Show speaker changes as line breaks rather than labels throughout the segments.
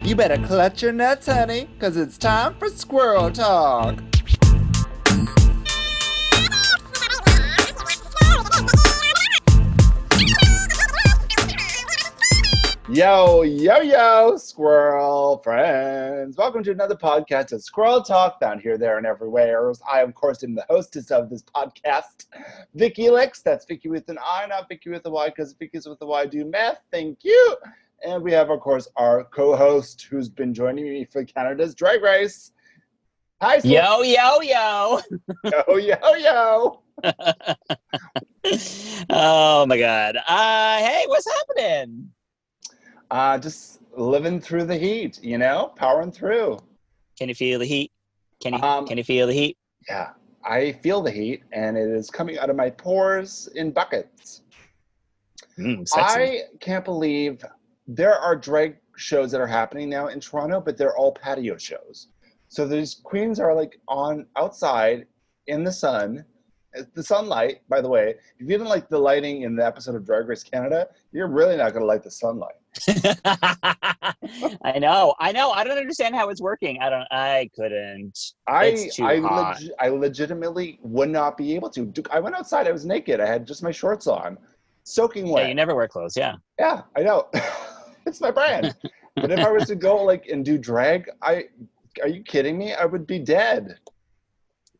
You better clutch your nuts, honey, because it's time for squirrel talk. Yo, yo, yo, squirrel friends. Welcome to another podcast of Squirrel Talk, found here, there, and everywhere. I, of course, am the hostess of this podcast, Vicky Licks. That's Vicky with an I, not Vicky with a Y, because Vicky's with a Y do math. Thank you. And we have, of course, our co host who's been joining me for Canada's Drag Race. Hi, Slim.
Yo, yo, yo.
yo, yo, yo.
oh my God. Uh, hey, what's happening?
Uh, just living through the heat, you know, powering through.
Can you feel the heat? Can you
Um,
can you feel the heat?
Yeah, I feel the heat and it is coming out of my pores in buckets.
Mm, sexy.
I can't believe there are drag shows that are happening now in Toronto, but they're all patio shows. So these queens are like on outside in the sun, uh, the sunlight. By the way, if you didn't like the lighting in the episode of Drag Race Canada, you're really not gonna like the sunlight.
I, know. I know. I don't understand how it's working. I don't. I couldn't.
I
It's too
I,
hot.
legi- I legitimately would not be able to. Dude, I went outside. I was naked. I had just my shorts on, soaking wet.
Yeah, you never wear clothes. Yeah.
Yeah, I know. it's my brand. but if I was to go like and do drag, I are you kidding me? I would be dead.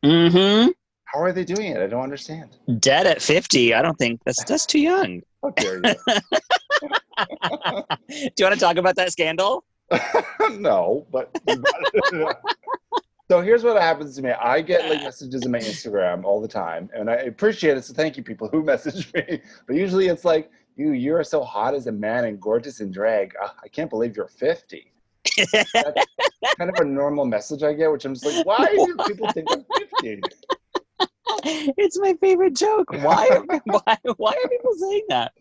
Mm-hmm.
How are they doing it? I don't understand.
Dead at fifty. I don't think that's that's too young.
How dare you?
Do you want to talk about that scandal?
no, but so here's what happens to me. I get like messages in my Instagram all the time, and I appreciate it. So thank you, people who message me. But usually it's like, you you are so hot as a man and gorgeous in drag. Ah, I can't believe you're 50. That's kind of a normal message I get, which I'm just like, why do people think I'm 50?
it's my favorite joke. Why? Are, why? Why are people saying that?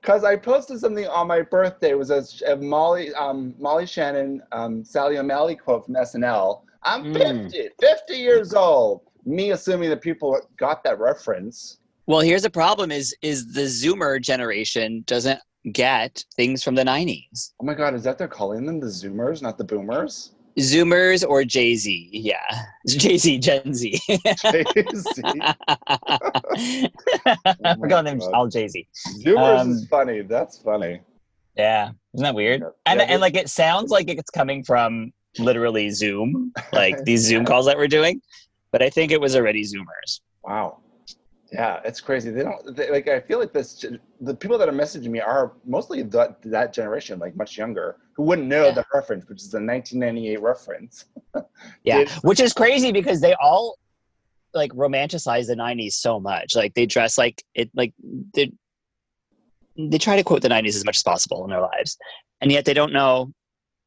Because I posted something on my birthday. It was a, a Molly um, Molly Shannon, um, Sally O'Malley quote from SNL. I'm
Mm.
50, 50 years old. Me assuming that people got that reference.
Well, here's the problem: is is the Zoomer generation doesn't get things from the '90s.
Oh my God, is that they're calling them the Zoomers, not the Boomers?
Zoomers or Jay Z? Yeah, Jay Z, Gen Z.
Jay-Z.
We're calling them
Oh God.
all Jay Z.
Zoomers
Um,
is funny. That's funny.
Yeah, isn't that weird? And
Yeah,
and like it sounds like it's coming from literally Zoom, like these Zoom calls that we're doing. But I think it was already Zoomers.
Wow. Yeah, it's crazy. They don't they, like. I feel like this. gen- The people that are messaging me are mostly that that generation, like much younger, who wouldn't know
Yeah.
the reference, which is a 1998 reference.
Yeah,
Did-
which is crazy because they all like romanticize the '90s so much. Like they dress like it, like they they try to quote the '90s as much as possible in their lives, and yet they don't know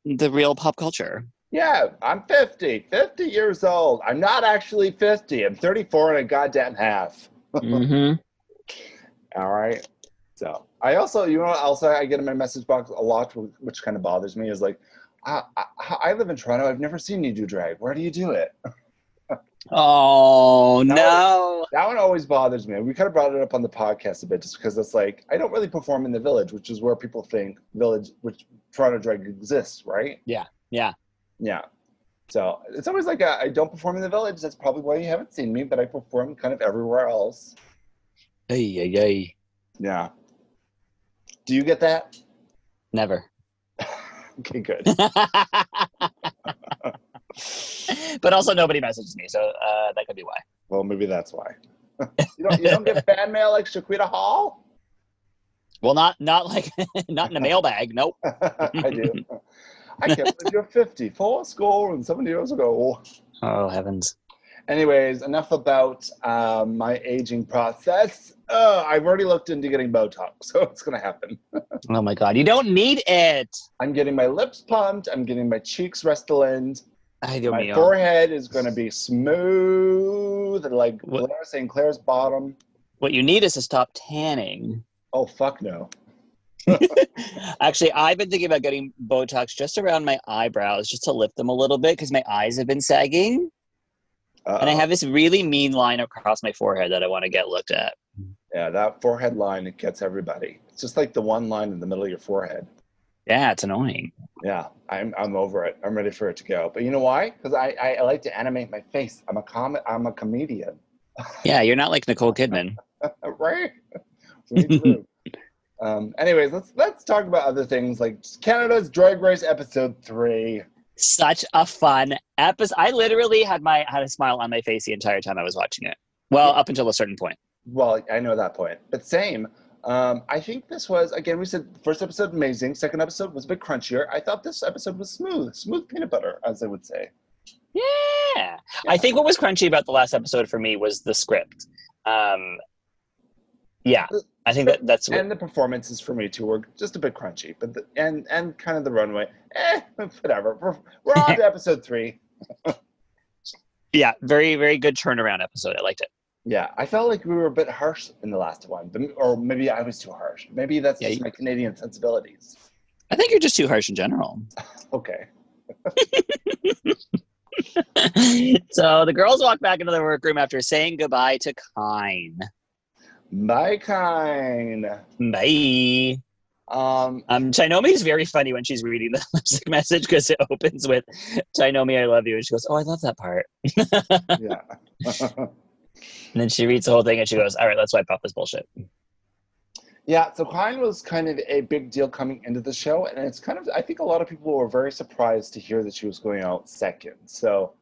the real pop culture.
Yeah, I'm 50, 50 years old. I'm not actually 50. I'm 34 and a goddamn half.
mm-hmm.
All right. So I also, you know, what also I get in my message box a lot, wh- which kind of bothers me, is like, I, I, I live in Toronto. I've never seen you do drag. Where do you do it?
Oh
That
no!
That one always bothers me. We kind of brought it up on the podcast a bit just because it's like I don't really perform in the village, which is where people think village which Toronto drag exists, right?
Yeah, yeah.
Yeah. So it's always like I I don't perform in the village. That's probably why you haven't seen me, but I perform kind of everywhere else.
Ay, ay, ay.
Yeah. Do you get that?
Never.
Okay, good.
but also, nobody messages me, so uh, that could be why.
well, maybe that's why. you don't you don't get fan mail like Shaquita Hall?
Well, not not like not in a mailbag. Nope.
I do. I can't believe you're 50, four score and 70 years ago.
Oh heavens!
Anyways, enough about um, my aging process. Uh, I've already looked into getting Botox, so it's gonna happen.
Oh my God! You don't need it.
I'm getting my lips pumped. I'm getting my cheeks restolined.
Ay, Dios
my
mío.
forehead is gonna be smooth, like
What-
Blair St. Clair's bottom.
What you need is to stop tanning.
Oh fuck no!
Actually, I've been thinking about getting Botox just around my eyebrows just to lift them a little bit because my eyes have been sagging.
Uh,
And I have this really mean line across my forehead that I want to get looked at.
yeah, that forehead line it gets everybody. It's just like the one line in the middle of your forehead.
Yeah, it's annoying.
Yeah, I'm I'm over it. I'm ready for it to go. But you know why? Because I, I I like to animate my face. I'm a com I'm a comedian,
Yeah, you're not like Nicole Kidman.
right? Me too. um. Anyways, let's let's talk about other things like Canada's Drag Race episode three.
Such a fun episode. I literally had my had a smile on my face the entire time I was watching it. Well, up until a certain point.
Well, I know that point, but same. Um, I think this was again. We said first episode amazing. Second episode was a bit crunchier. I thought this episode was smooth, smooth peanut butter, as they would say.
Yeah. I think what was crunchy about the last episode for me was the script. Um, yeah, I think that that's what,
and the performances for me too were just a bit crunchy, but the, and and kind of the runway. Eh, whatever. We're, we're on to episode three.
yeah, very very good turnaround episode. I liked it.
Yeah, I felt like we were a bit harsh in the last one, but- or maybe I was too harsh. Maybe that's
Yeah,
just
you-
my Canadian sensibilities.
I think you're just too harsh in general.
Okay.
so the girls walk back into the workroom after saying goodbye to Kine.
My kind.
Bye.
Um,
Um, Tainomi is very funny when she's reading the lipstick message because it opens with Tainomi, I love you. And she goes, Oh, I love that part.
yeah.
And then she reads the whole thing and she goes, All right, let's wipe off this bullshit.
yeah, so Klein was kind of a big deal coming into the show, and it's kind of, I think a lot of people were very surprised to hear that she was going out second. So,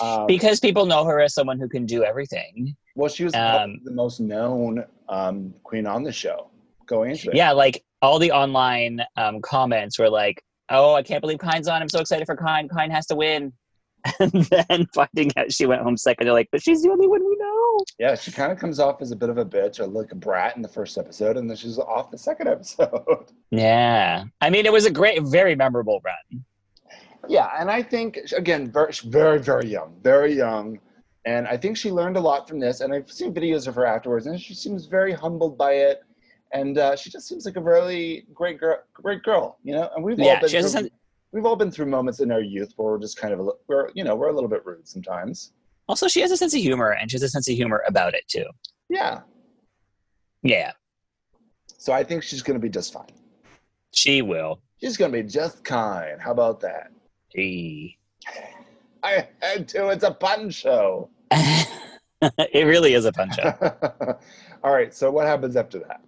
um,
Because people know her as someone who can do everything.
well, she was probably
um,
the most known um, queen on the show going into it.
Yeah, like all the online um, comments were like, Oh, I can't believe Kine's on. I'm so excited for Kine. Kine has to win. And then finding out she went home second, they're like, But she's the only one we know.
Yeah, she kind of comes off as a bit of a bitch or like a brat in the first episode, and then she's off the second episode.
Yeah. I mean, it was a great, very memorable run.
yeah, and I think again, very, very, very young, very young, and I think she learned a lot from this. And I've seen videos of her afterwards, and she seems very humbled by it, and uh, she just seems like a really great girl, great girl, you know. And we've all
yeah.
been
She has a
through,
sense,
we've all been through moments in our youth where we're just kind of a, li- we're you know we're a little bit rude sometimes.
also, she has a sense of humor and she has a sense of humor about it too.
Yeah,
Yeah.
so I think she's gonna be just fine.
She will.
She's gonna be just kind. How about that?
Gee.
I had to. It's a pun show.
it really is a fun show.
All right. So what happens after that?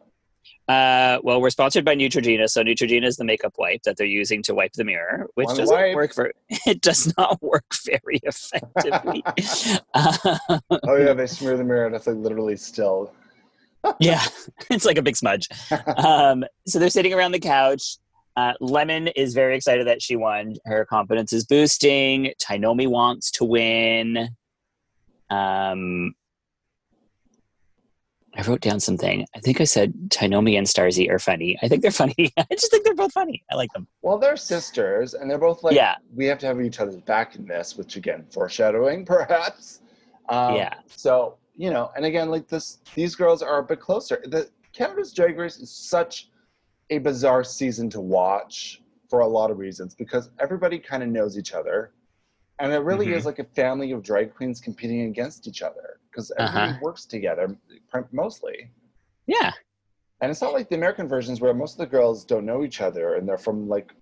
Uh, well, we're sponsored by Neutrogena, so Neutrogena is the makeup wipe that they're using to wipe the mirror, which
One
doesn't
wipe.
work for. It does not work very effectively. uh,
Oh yeah, they smear the mirror. That's like literally still.
yeah, it's like a big smudge. Um, so they're sitting around the couch. Uh, Lemon is very excited that she won. Her confidence is boosting. Tainomi wants to win. Um, I wrote down something. I think I said Tainomi and Starzy are funny. I think they're funny. I just think they're both funny. I like them.
Well, they're sisters, and they're both like,
yeah,
we have to have each other's back in this, which again, foreshadowing, perhaps. Um,
yeah.
So you know, and again, like this, these girls are a bit closer. The Canada's Drag Race is such a bizarre season to watch for a lot of reasons because everybody kind of knows each other, and it really
Mhm.
is like a family of drag queens competing against each other because everybody
Uh-huh.
works together prim- mostly.
Yeah.
And it's not like the American versions where most of the girls don't know each other and they're from like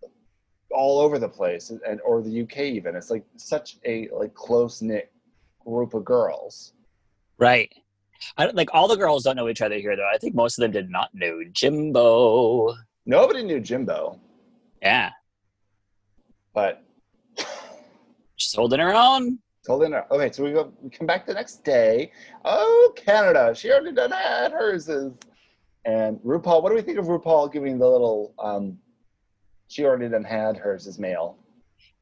all over the place and- and or the UK even. It's like such a like close knit group of girls.
Right. I don't like all the girls don't know each other here though. I think most of them did not know Jimbo.
Nobody knew Jimbo,
Yeah.
but
She's holding her own.
totally not. uh, Okay, so we go we come back the next day. Oh Canada, she already done had hers is and RuPaul, what do we think of RuPaul giving the little um she already done had hers is male.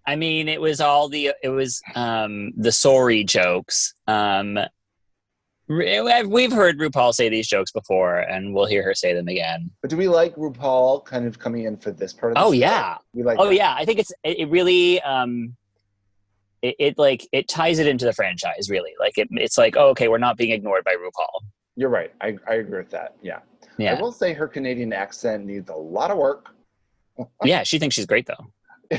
I mean, it was all the it was um the sorry jokes. Um re- we've heard RuPaul say these jokes before and we'll hear her say them again.
But do we like RuPaul kind of coming in for this part of the
Oh
show?
yeah.
We like
Oh yeah. I think it's it, it really um it, it like it ties it into the franchise really. Like it, it's like, oh, okay, we're not being ignored by RuPaul.
You're right. I, I agree with that. Yeah. I
Yeah.
will say her Canadian accent needs a lot of work.
Yeah, she thinks she's great though.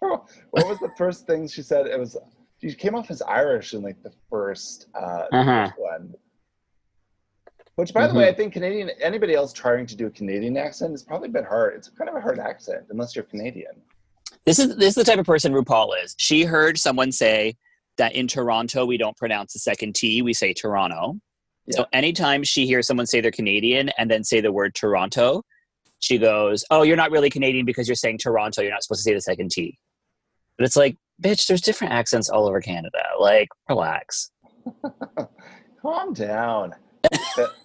what was the first thing she said? It was she came off as Irish in like the first uh
Uh-huh.
first one. Which, by the way, I think Canadian anybody else trying to do a Canadian accent has probably been hard. It's kind of a hard accent unless you're Canadian.
This is this is the type of person RuPaul is. She heard someone say that in Toronto we don't pronounce the second T, we say Toronto. So anytime she hears someone say they're Canadian and then say the word Toronto, she goes, "Oh, you're not really Canadian because you're saying Toronto. You're not supposed to say the second T." But it's like, bitch, there's different accents all over Canada. Like, relax.
Calm down.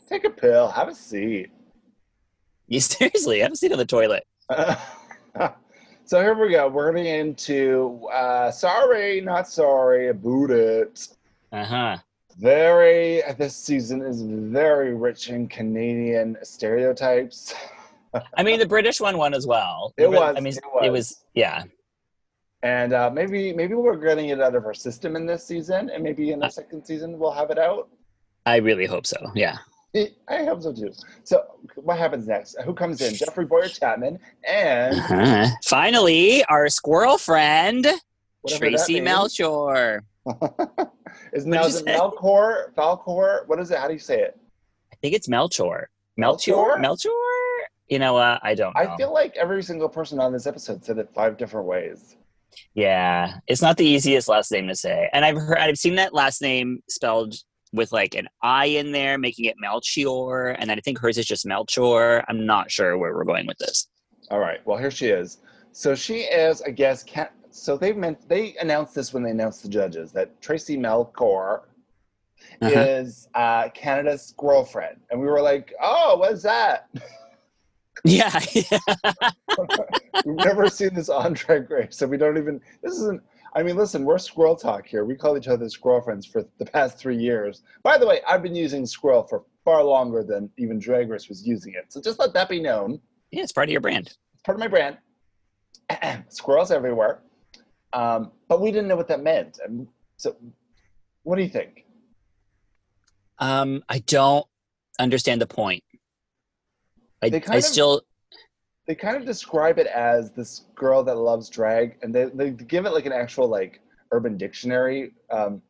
Take a pill. Have a seat.
You seriously have a seat on the toilet.
so here we go. We're going into uh, sorry, not sorry about it.
Uh huh.
Very this season is very rich in Canadian stereotypes.
I mean, the British one won as well.
It was,
I mean,
it was.
it was. Yeah.
And uh, maybe maybe we're getting it out of our system in this season, and maybe in the second season we'll have it out.
I really hope so. Yeah.
I hope so too. So what happens next? Who comes in? Jeffrey Boyer Chapman and
Uh-huh. Finally, our squirrel friend
whatever that
Tracy
means.
Melchior.
is
you
now is it
say?
Melkor? Falcor? What is it? How do you say it?
I think it's Melchor. Melchior.
Melchior?
Melchior. You know what? I don't. Know.
I feel like every single person on this episode said it five different ways.
Yeah, it's not the easiest last name to say, and I've heard I've seen that last name spelled with like an I in there, making it Melchior, and then I think hers is just Melchor. I'm not sure where we're going with this.
All right. Well, here she is. So she is, I guess. Can, so they meant they announced this when they announced the judges that Tracy Melkor
Uh-huh.
is uh, Canada's girlfriend, and we were like, "Oh, what's that?"
Yeah,
We've never seen this on Drag Race, so we don't even. This isn't. I mean, listen, we're squirrel talk here. We call each other squirrel friends for the past three years. By the way, I've been using squirrel for far longer than even Drag Race was using it. So just let that be known.
yeah, it's part of your brand.
part of my brand. Squirrels everywhere. Um, but we didn't know what that meant. And so, what do you think?
Um, I don't understand the point. I,
They
I
kind of-
still
They kind of describe it as this girl that loves drag, and they, they give it like an actual like Urban Dictionary um,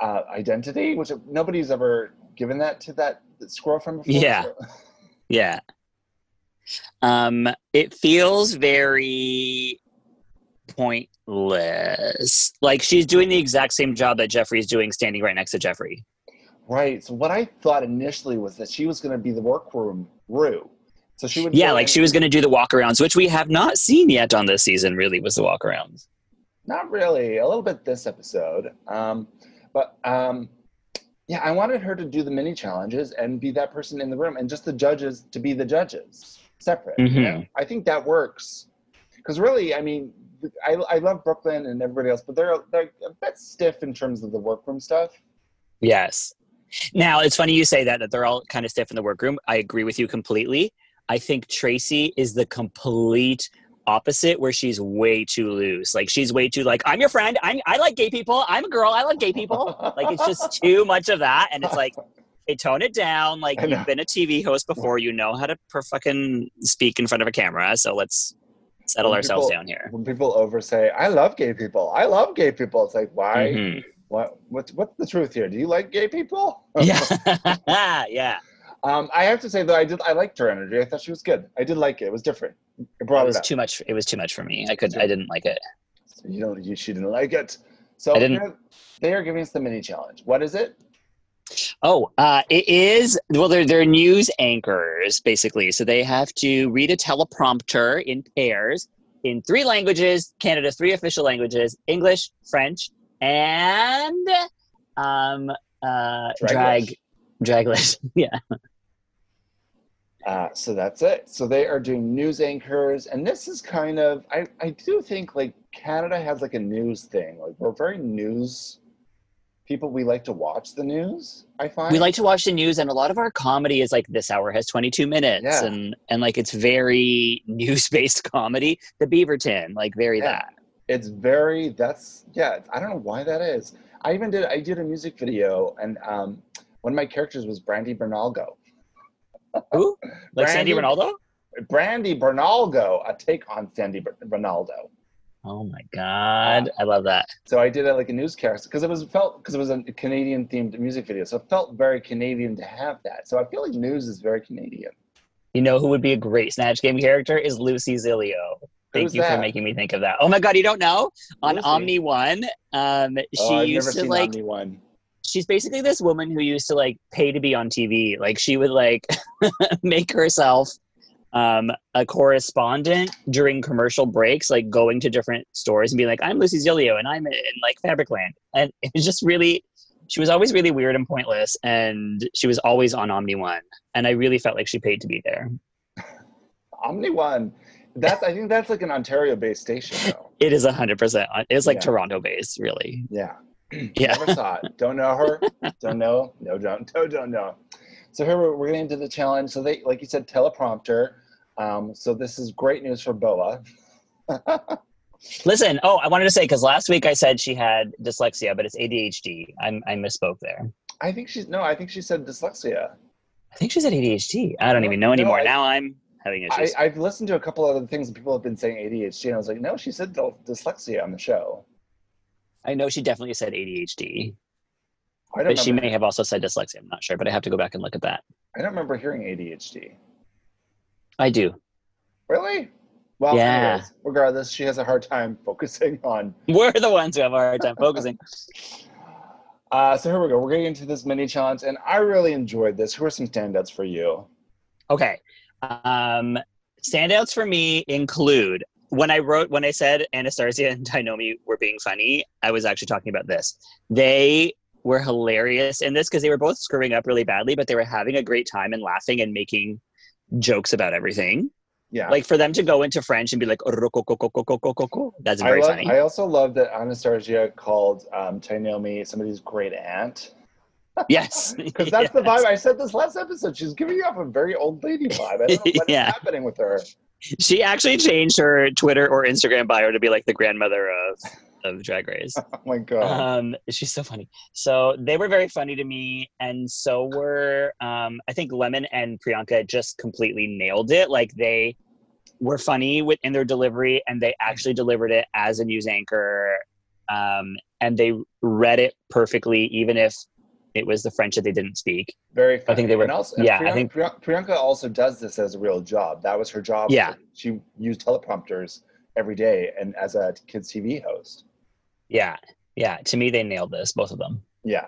uh, identity, which nobody's ever given that to that squirrel from before.
Yeah.
so-
Yeah. Um, it feels very pointless. Like she's doing the exact same job that Jeffrey's doing standing right next to Jeffrey.
Right. So what I thought initially was that she was going to be the workroom Rue. So she would.
Yeah,
go
like
in-
she was gonna do the walkarounds, which we have not seen yet on this season, really, was the walkarounds.
Not really. A little bit this episode. Um, but um, yeah, I wanted her to do the mini challenges and be that person in the room and just the judges to be the judges separate. you
Mhm.
know? I think that works. Because really, I mean, I, I love Brooklyn and everybody else, but they're, they're a bit stiff in terms of the workroom stuff.
Yes. Now it's funny you say that that they're all kind of stiff in the workroom. I agree with you completely. I think Tracy is the complete opposite where she's way too loose. Like she's way too like, I'm your friend, I'm I like gay people, I'm a girl, I like gay people. Like it's just too much of that, and it's like, hey, tone it down. Like
I know.
you've been a TV host before, you know how to per fucking speak in front of a camera. So let's settle
When
ourselves
people-
down here.
when people over say, I love gay people, I love gay people, it's like, why?
Mhm.
What, what, what's the truth here? Do you like gay people? Uh-huh.
Yeah, yeah.
Um, I have to say though, I did. I liked her energy. I thought she was good. I did like it. It was different. It
It
brought it,
was
up.
too much. It was too much for me. I couldn't. I didn't like it.
you don't. You, she didn't like it. So
I didn't-
here- they are giving us the mini challenge. What is it?
Oh, uh, it is. Well, they're, they're news anchors, basically. So they have to read a teleprompter in pairs in three languages Canada's three official languages English, French, and um, uh, drag.
Draglish.
Draglish. yeah.
Uh, so that's it. So they are doing news anchors, and this is kind of. I I do think like Canada has like a news thing. Like we're very news people. We like to watch the news. I find
We like to watch the news, and a lot of our comedy is like this hour has 22 minutes,
Yeah.
and, and like it's very news based comedy. The Beaverton, like very
Yeah.
that.
it's very that's yeah i don't know why that is i even did i did a music video and um one of my characters was brandy bernalgo
Who? Like
Brandy-
Sandy Ronaldo?
brandy bernalgo a take on sandy Ber- ronaldo
Oh my god, I love that.
So I did it like a newscast because it was felt because it was a Canadian themed music video, so it felt very Canadian to have that. So I feel like news is very Canadian.
You know who would be a great Snatch Game character is Lucy Zilio. Thank
Who's
you
that?
for making me think of that. Oh my god, you don't know? On
Lucy.
Omni One, um, she
oh, I've
used
never
to
seen
like
Omni one.
she's basically this woman who used to like pay to be on TV. Like she would like make herself um, a correspondent during commercial breaks, like going to different stores and being like, "I'm Lucy Zilio and I'm in like Fabricland," and it was just really. She was always really weird and pointless, and she was always on Omni One, and I really felt like she paid to be there.
Omni one. That's I think that's like an Ontario based station though.
It is hundred percent. It's like
Yeah.
Toronto based, really.
Yeah.
Yeah.
Never saw it. Don't know her. Don't know. No, don't. No, don't know. So here we're, we're getting into the challenge. So they, like you said, teleprompter. Um, so this is great news for Boa.
Listen. Oh, I wanted to say because last week I said she had dyslexia, but it's ADHD. I'm, I misspoke there.
I think she's no. I think she said dyslexia.
I think she said ADHD. I don't even
No,
know anymore.
I-
now I'm having
I,
issues.
I've listened to a couple other things and people have been saying ADHD, and I was like, no, she said dys- dyslexia on the show.
I, know she definitely said ADHD,
I don't
but she
remember.
may have also said dyslexia. I'm not sure, but I have to go back and look at that.
I don't remember hearing ADHD.
I do.
Really? Well,
Yeah.
anyways, regardless, she has a hard time focusing on
We're the ones who have a hard time focusing.
Uh, so here we go. We're getting into this mini challenge, and I really enjoyed this. Who are some standouts for you?
Okay. Um, standouts for me include when I wrote when I said Anastasia and Dinomi were being funny, I was actually talking about this. They were hilarious in this because they were both screwing up really badly, but they were having a great time and laughing and making jokes about everything.
Yeah,
like for them to go into French and be like "Rokokokokokokokoko," that's
I
very
love.
funny.
I also love that Anastasia called um, Tainomi somebody's great aunt
yes,
because that's the vibe. I said this last episode. She's giving off a very old lady vibe. I don't know what's
Yeah.
happening with her.
She actually changed her Twitter or Instagram bio to be like the grandmother of of Drag Race.
Oh my god.
Um, she's so funny. So they were very funny to me, and so were um, I think Lemon and Priyanka just completely nailed it. Like they were funny with in their delivery, and they actually delivered it as a news anchor, um, and they read it perfectly, even if it was the French that they didn't speak.
Very. Funny.
think they were-
And also, and
yeah, I
Priyanka,
think-
Priyanka, Priyanka also does this as a real job. That was her job.
Yeah.
She used teleprompters every day, and as a kids TV host.
Yeah, yeah. To me, they nailed this, both of them.
Yeah.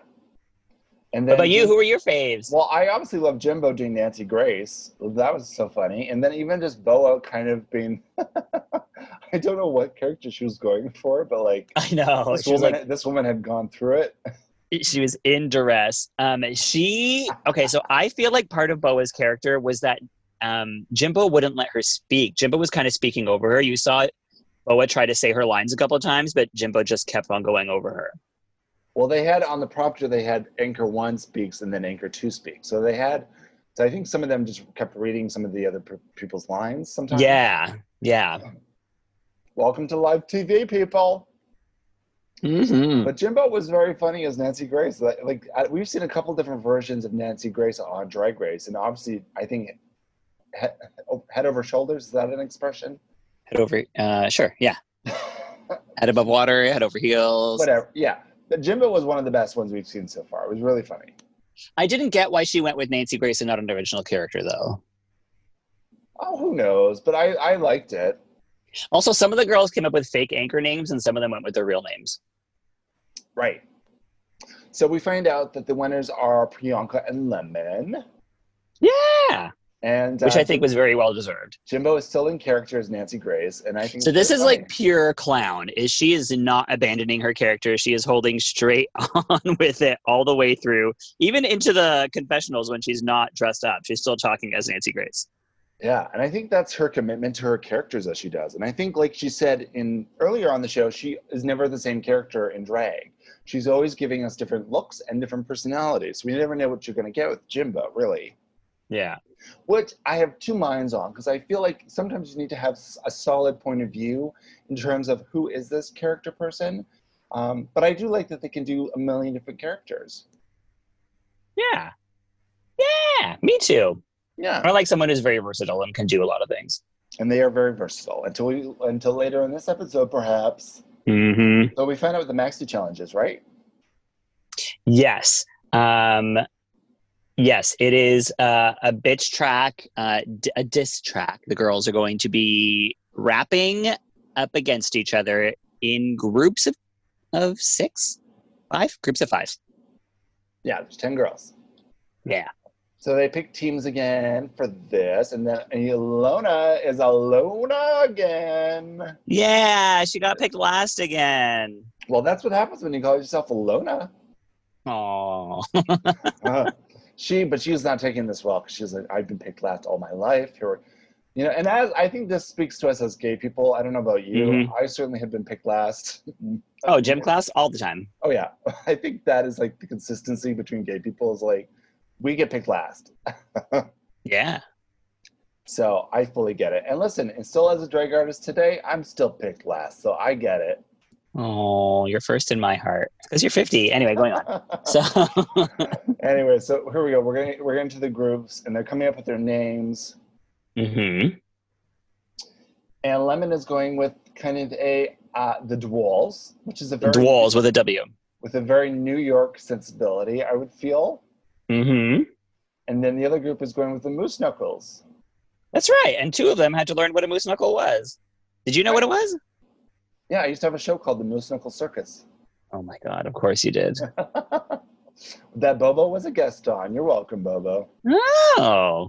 And
What
then
about you? Who are your faves?
Well, I obviously love Jimbo doing Nancy Grace. That was so funny. And then even just Boa kind of being I don't know what character she was going for, but like
I know
this
she was
woman
Oh, like
this woman had gone through it.
she was in duress. Um, she okay. So I feel like part of Boa's character was that um, Jimbo wouldn't let her speak. Jimbo was kind of speaking over her. You saw Boa try to say her lines a couple of times, but Jimbo just kept on going over her.
Well, they had on the prompter they had anchor 1 speaks and then anchor 2 speaks. So they had so I think some of them just kept reading some of the other pe- people's lines sometimes.
Yeah, yeah.
Welcome to live TV people.
hmm
But Jimbo was very funny as Nancy Grace. Like, like I, we've seen a couple different versions of Nancy Grace on Drag Race, and obviously, I think he, oh, head over shoulders is that an expression?
Head over. Uh, sure. Yeah. Head above water. Head over heels.
Whatever. Yeah, but Jimbo was one of the best ones we've seen so far. It was really funny.
I didn't get why she went with Nancy Grace and not an original character though.
Oh, who knows? But I, I liked it.
Also, some of the girls came up with fake anchor names, and some of them went with their real names.
Right. So we find out that the winners are Priyanka and Lemon,
Yeah,
and
which
uh,
I think was very well deserved.
Jimbo is still in character as Nancy Grace, and I think
So
it's
this
really
is like
funny.
pure clown. Is she is not abandoning her character. She is holding straight on with it all the way through, even into the confessionals when she's not dressed up. She's still talking as Nancy Grace.
Yeah, and I think that's her commitment to her characters that she does. And I think, like she said in earlier on the show, she is never the same character in drag. She's always giving us different looks and different personalities. We never know what you're going to get with Jimbo, really.
Yeah.
Which I have two minds on because I feel like sometimes you need to have s- a solid point of view in terms of who is this character person. Um, but I do like that they can do a million different characters.
Yeah. Yeah. Me too.
Yeah.
I like someone who's very versatile and can do a lot of things.
and they are very versatile. Until we until later in this episode, perhaps.
Mm-hmm.
So we find out what the Maxi challenge is, right?
Yes. Um, yes, it is uh, a bitch track, uh, d- a diss track. The girls are going to be rapping up against each other in groups of, of six, five groups of five.
Yeah, there's ten girls.
Yeah.
So they pick teams again for this, and then Ilona is Alona again.
Yeah, she got picked last again.
Well, that's what happens when you call yourself Alona.
Oh,
Uh, she, but she was not taking this well because she was like, I've been picked last all my life. Here, you know, and as I think this speaks to us as gay people. I don't know about you.
Mhm.
I certainly have been picked last.
oh, gym class all the time.
Oh yeah, I think that is like the consistency between gay people is like we get picked last.
Yeah.
So I fully get it. And listen, and still as a drag artist today, I'm still picked last. So I get it.
Oh, you're first in my heart because you're 50. Anyway, going on. So,
anyway, so here we go. We're going we're getting to the groups, and they're coming up with their names.
Mhm.
And Lemon is going with kind of a uh, the Dwalls, which is a very
Dwalls with a W.
with a very New York sensibility, I would feel.
Mm-hmm.
And then the other group is going with the Moose Knuckles.
That's right. And two of them had to learn what a moose knuckle was. Did you know what it was?
Yeah, I used to have a show called the Moose Knuckle Circus.
Oh my God, of course you did.
that Bobo was a guest on. You're welcome, Bobo.
Oh,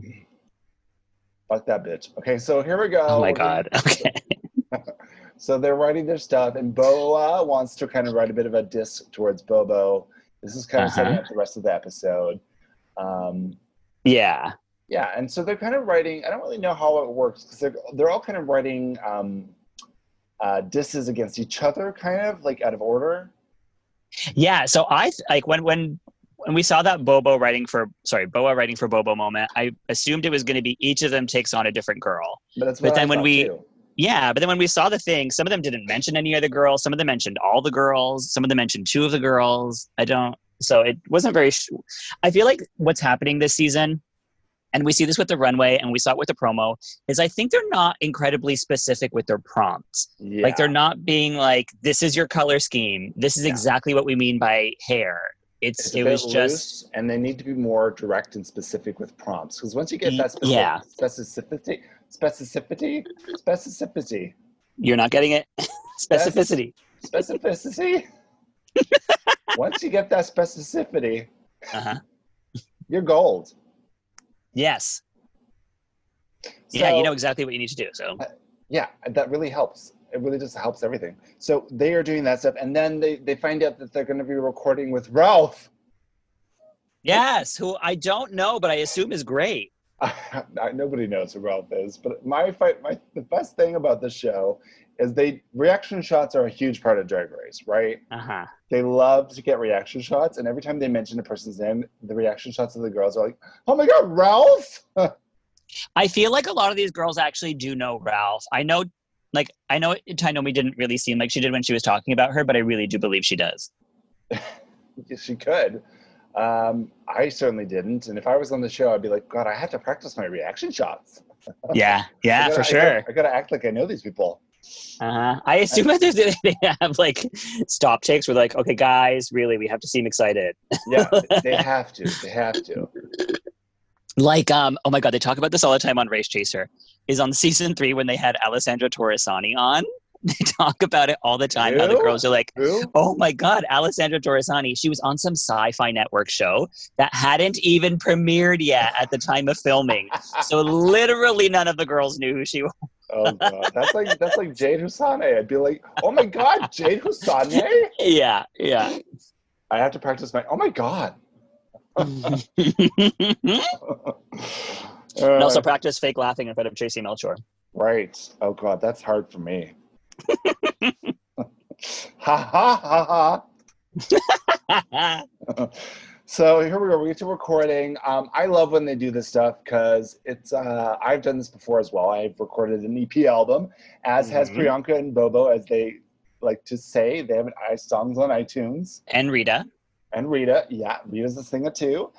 Fuck that bitch. Okay, so here we go.
oh my
We're gonna-
God. Okay.
So they're writing their stuff, and Boa wants to kind of write a bit of a diss towards Bobo. This is kind of setting
Uh-huh.
up the rest of the episode. Um,
Yeah.
yeah, and so they're kind of writing. I don't really know how it works because they're they're all kind of writing um, uh, disses against each other, kind of like out of order.
Yeah. So I th- like when when when we saw that Bobo writing for sorry Boa writing for Bobo moment, I assumed it was going to be each of them takes on a different girl.
But that's
But
what I
then when
thought,
we-
too.
Yeah, but then when we saw the thing, some of them didn't mention any other girls. Some of them mentioned all the girls. Some of them mentioned two of the girls. I don't. So it wasn't very. Sh- I feel like what's happening this season, and we see this with the runway, and we saw it with the promo, is I think they're not incredibly specific with their prompts.
yeah.
Like they're not being like, "This is your color scheme. This is
Yeah.
exactly what we mean by hair." It's,
It's a
it
bit
was just
loose, and they need to be more direct and specific with prompts because once you get
Y-
that specific,
yeah.
specificity, specificity, specificity,
You're not getting it. Specificity.
specificity. Once you get that specificity,
Uh-huh.
you're gold.
Yes. yeah, you
So-
know exactly what you need to do. So
Yeah, that really helps. It really just helps everything. So they are doing that stuff, and then they they find out that they're going to be recording with Ralph.
yes, who I don't know, but I assume is great.
nobody knows who Ralph is, but my fight, my the best thing about this show is they reaction shots are a huge part of Drag Race, right?
Uh huh.
They love to get reaction shots, and every time they mention a person's name, the reaction shots of the girls are like, "Oh my God, Ralph!"
I feel like a lot of these girls actually do know Ralph. I know, like, I know Tainomi didn't really seem like she did when she was talking about her, but I really do believe she does.
Yes, she could. Um, I certainly didn't, and if I was on the show, I'd be like, "God, I have to practice my reaction shots."
Yeah,
I
yeah,
gotta-
for
I gotta-
sure.
I gotta act like I know these people.
Uh huh. I assume that there's- they have like stop takes where like, okay, guys, really, we have to seem excited.
Yeah, they have to. They have to.
like um oh my god they talk about this all the time on race chaser is on season three when they had alessandra torresani on they talk about it all the time how the
Who?
girls are like
Who?
oh my god alessandra torresani she was on some sci-fi network show that hadn't even premiered yet at the time of filming so literally none of the girls knew who she was
Oh god, that's like that's like Jade Husane. I'd be like, oh my god, Jade Husane.
yeah yeah
I have to practice my. Oh my god.
and
Uh,
also practice fake laughing in front of tracy melchor
right. Oh god, that's hard for me. ha ha ha ha. So here we go. We get to recording. Um, I love when they do this stuff because it's. Uh, I've done this before as well. I've recorded an EP album, as has
Mhm.
Priyanka and Bobo, as they like to say. They have i songs on iTunes.
and rita
and Rita. Yeah, Rita's a singer too.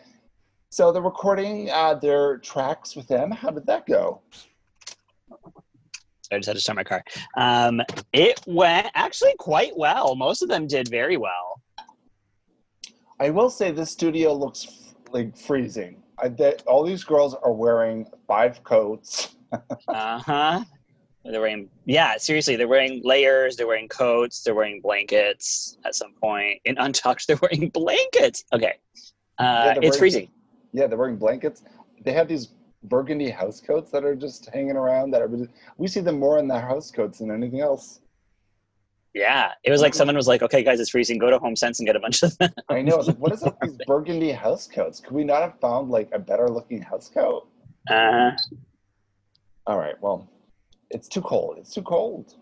So they're recording uh, their tracks with them. How did that go?
So I just had to start my car. Um, it went actually quite well. Most of them did very well.
I will say this studio looks f- like freezing. I bet all these girls are wearing five coats.
Uh huh. They're wearing, yeah, seriously, they're wearing layers, they're wearing coats, they're wearing blankets at some point. In Untucked, they're wearing blankets. Okay. Uh,
Yeah, they're
it's
wearing-
freezing.
Yeah, they're wearing blankets. They have these burgundy house coats that are just hanging around. That are we see them more in the house coats than anything else.
Yeah. It was like someone was like, okay, guys, it's freezing. Go to Home Sense and get a bunch of them.
I know. I was like, what is up with these burgundy house coats? Could we not have found like a better looking house coat? Uh-huh.
Uh,
All right. Well, it's too cold. It's too cold.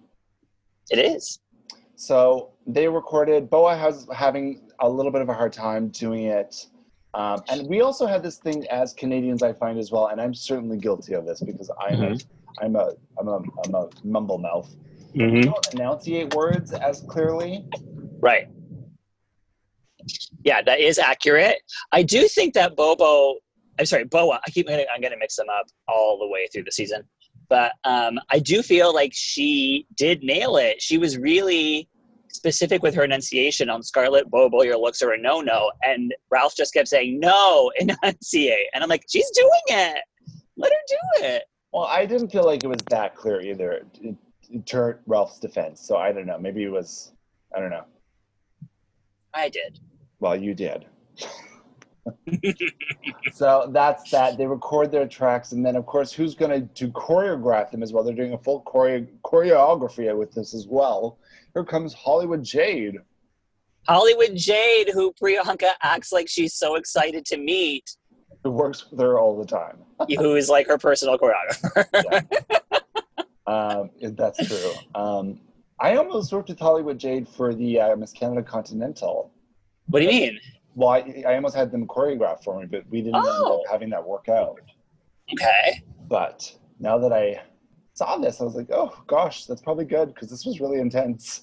it is.
So they recorded. Boa has having a little bit of a hard time doing it, um, and we also had this thing as Canadians. I find as well, and I'm certainly guilty of this because I'm a, I'm a I'm a I'm a mumble mouth. We
Mm-hmm.
don't enunciate words as clearly.
Right. Yeah, that is accurate. I do think that Bobo, I'm sorry, Boa. I keep I'm going to mix them up all the way through the season, but um, I do feel like she did nail it. She was really specific with her enunciation on Scarlet Bobo. Your looks are a no-no, and Ralph just kept saying no, enunciate, and I'm like, she's doing it. Let her do it.
Well, I didn't feel like it was that clear either. in- in turn- Ralph's defense. So I don't know. Maybe it was. I don't know.
I did.
Well, you did. so that's that. They record their tracks, and then of course, who's going to choreograph them as well? They're doing a full choreo- choreography with this as well. Here comes Hollywood Jade.
Hollywood Jade, who Priyanka acts like she's so excited to meet,
who works with her all the time.
who is like her personal choreographer.
Um, that's true. Um, I almost worked with Hollywood Jade for the uh, Miss Canada Continental.
what do you mean?
Well, I, I almost had them choreograph for me, but we didn't end up
Oh.
having that work out.
Okay.
But now that I saw this, I was like, oh gosh, that's probably good because this was really intense.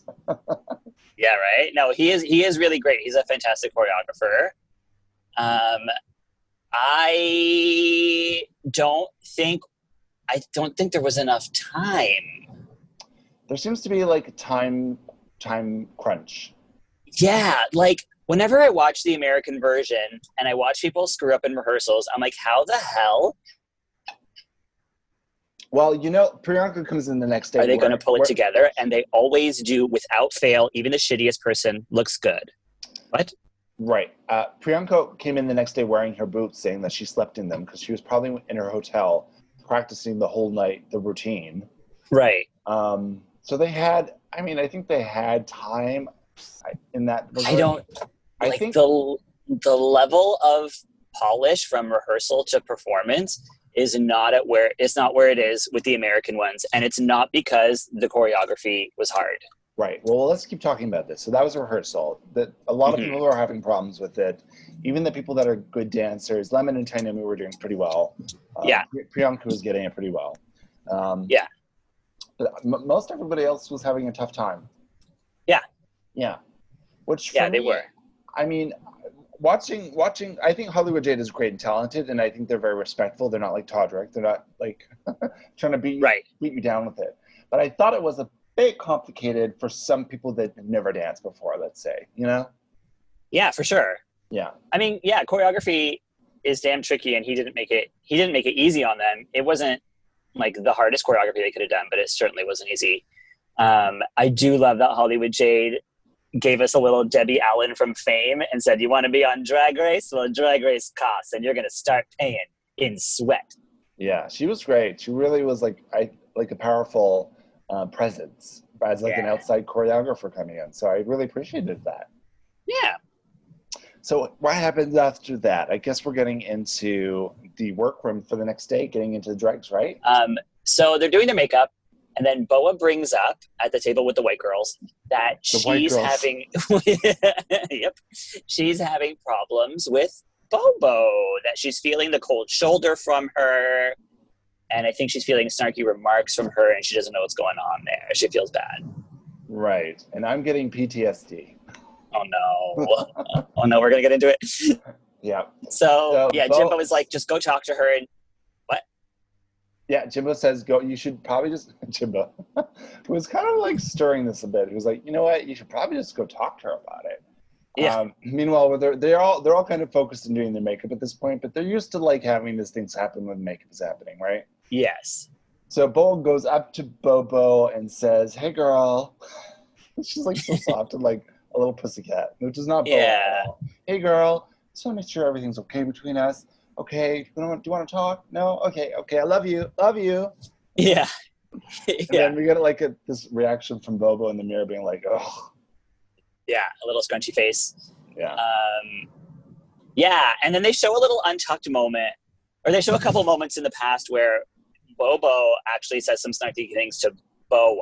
Yeah, right. No, he is he is really great. He's a fantastic choreographer. Um I don't think I don't think there was enough time.
There seems to be like a time time crunch.
Yeah, like whenever I watch the American version and I watch people screw up in rehearsals, I'm like, how the hell
Well, you know, Priyanka comes in the next day.
are they
We're-
going to pull it
we're-
together? And they always do without fail. Even the shittiest person looks good.
Right. Uh, Priyanka came in the next day wearing her boots, saying that she slept in them because she was probably in her hotel practicing the whole night the routine.
Right.
Um, so they had, I mean, I think they had time I- in that.
I
regard.
don't
I
like
think
the the level of polish from rehearsal to performance is not at where it's not where it is with the American ones, and it's not because the choreography was hard.
Right. Well, let's keep talking about this. So that was a rehearsal. That a lot
Mhm.
of people are having problems with it. Even the people that are good dancers, Lemon and Tainumi were doing pretty well. Um,
Yeah.
Pri- Priyanka was getting it pretty well. Um,
Yeah.
But m- most everybody else was having a tough time.
Yeah.
Yeah. Which for
Yeah, they
me,
were.
I mean, watching watching. I think Hollywood Jade is great and talented, and I think they're very respectful. They're not like Todrick. They're not like trying to beat you
Right.
beat you down with it. But I thought it was a bit complicated for some people that have never danced before, let's say, you know?
Yeah, for sure.
Yeah.
I mean, yeah, choreography is damn tricky, and he didn't make it. He didn't make it easy on them. It wasn't like the hardest choreography they could have done, but it certainly wasn't easy. Um, I do love that Hollywood Jade gave us a little Debbie Allen from Fame and said, "You want to be on Drag Race? Well, Drag Race costs, and you're going to start paying in sweat."
Yeah. She was great. She really was like I like a powerful uh, presence as like an
Yeah.
outside choreographer coming in. So I really appreciated that.
Yeah,
So what happens after that? I guess we're getting into the workroom for the next day, getting into the dregs, right?
Um, so they're doing their makeup, and then Boa brings up at the table with the white girls that
The white
she's
girls.
having, yep, she's having problems with Bobo. That she's feeling the cold shoulder from her, and I think she's feeling snarky remarks from her, and she doesn't know what's going on there. She feels bad.
Right. And I'm getting PTSD.
Oh no! oh no! We're gonna get into it. So,
Yeah. So
yeah,
Bo-
Jimbo is like, just go talk to her and
Yeah, Jimbo says go. You should probably just Jimbo, who was kind of like stirring this a bit. He was like, you know what? You should probably just go talk to her about it.
Yeah.
Um, meanwhile, they're they're all they're all kind of focused on doing their makeup at this point, but they're used to like having these things happen when makeup is happening, right?
Yes.
So Bull goes up to Bobo and says, "Hey, girl." She's like so soft and like a little pussycat, which is not Bobo.
Yeah.
At all. Hey, girl. Just want to make sure everything's okay between us. Okay. Do you want, do you want to talk? No. Okay. Okay. I love you. Love you.
Yeah.
And
yeah.
then we get like a, this reaction from Bobo in the mirror being like, oh,
Yeah. A little scrunchy face.
yeah.
Um, yeah, and then they show a little untucked moment, or they show a couple moments in the past where Bobo actually says some snarky things to Boa.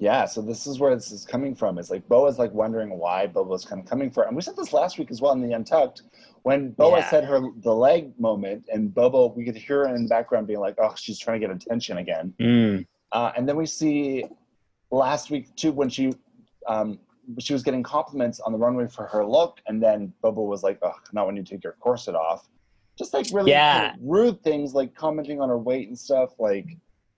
Yeah. So this is where this is coming from. It's like Boa's like wondering why Bobo's kind of coming for it. And we said this last week as well in the Untucked when Boa
Yeah.
said her the leg moment and Bobo, we could hear her in the background being like, oh, she's trying to get attention again. Uh, and then we see last week too when she um, she was getting compliments on the runway for her look, and then Bubba was like, "Ugh, not when you take your corset off." Just like really
Yeah.
kind of rude things, like commenting on her weight and stuff. Like,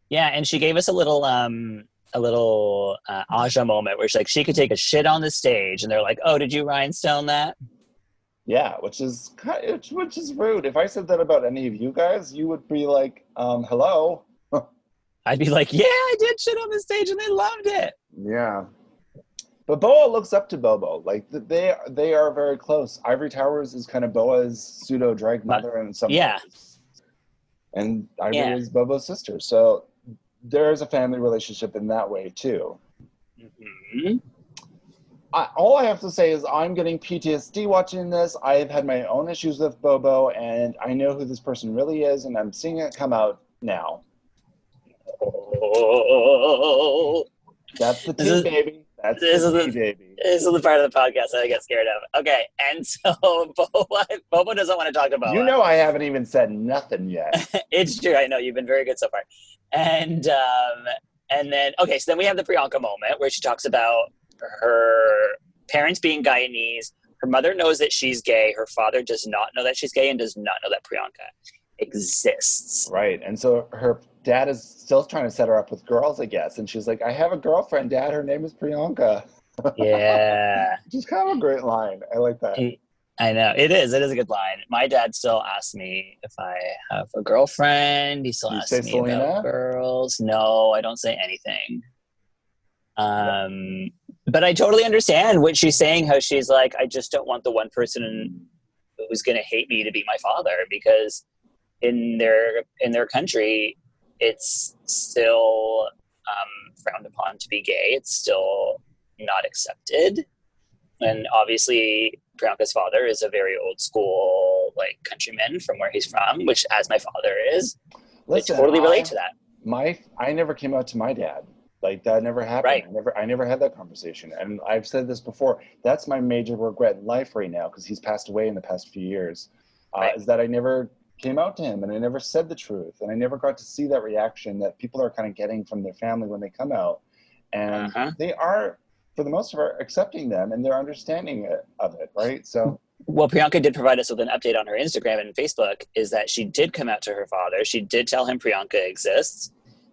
Yeah, and she gave us a little, um, a little uh, Aja moment where she's like, she could take a shit on the stage, and they're like, "Oh, did you rhinestone that?"
yeah, which is ki- which- which is rude. If I said that about any of you guys, you would be like, um, "Hello."
I'd be like, "Yeah, I did shit on the stage, and they loved it."
Yeah. But Boa looks up to Bobo. Like th- they they are very close. Ivory Towers is kind of Boa's pseudo drag
Mo-
mother in some
yeah.
ways. And Ivory
Yeah.
is Bobo's sister. So there is a family relationship in that way too.
Mhm.
I, all I have to say is I'm getting PTSD watching this. I've had my own issues with Bobo, and I know who this person really is, and I'm seeing it come out now.
Oh.
That's the
This
tea,
is-
baby. That's
this is
the
the-
tea, baby.
This is the part of the podcast that I get scared of. Okay, and so Boba, Boba doesn't want to talk to Boba.
You know I haven't even said nothing yet.
it's true. I know you've been very good so far. And um, and then okay, so then we have the Priyanka moment where she talks about her parents being Guyanese. Her mother knows that she's gay. Her father does not know that she's gay and does not know that Priyanka exists.
Right. And so her dad is still trying to set her up with girls, I guess. And she's like, I have a girlfriend, dad. Her name is Priyanka.
Yeah.
Just kind of a great line. I like that.
I know it is. It is a good line. My dad still asks me if I have a girlfriend. He still
You
asks
say
me about
Selena?
girls. No, I don't say anything. Um, but I totally understand what she's saying. How she's like, I just don't want the one person who's going to hate me to be my father because in their in their country, it's still um, frowned upon to be gay. It's still not accepted. And obviously, Priyanka's father is a very old school, like countryman from where he's from, which, as my father is, I totally relate to that.
My, I never came out to my dad. Like that never happened.
Right.
I never, I never had that conversation. And I've said this before. That's my major regret in life right now because he's passed away in the past few years. Uh,
Right.
Is that I never came out to him and I never said the truth and I never got to see that reaction that people are kind of getting from their family when they come out. And
Uh-huh.
they are for the most part accepting them and they're understanding it, of it right so
Well, Priyanka did provide us with an update on her Instagram and Facebook is that she did come out to her father. She did tell him Priyanka exists.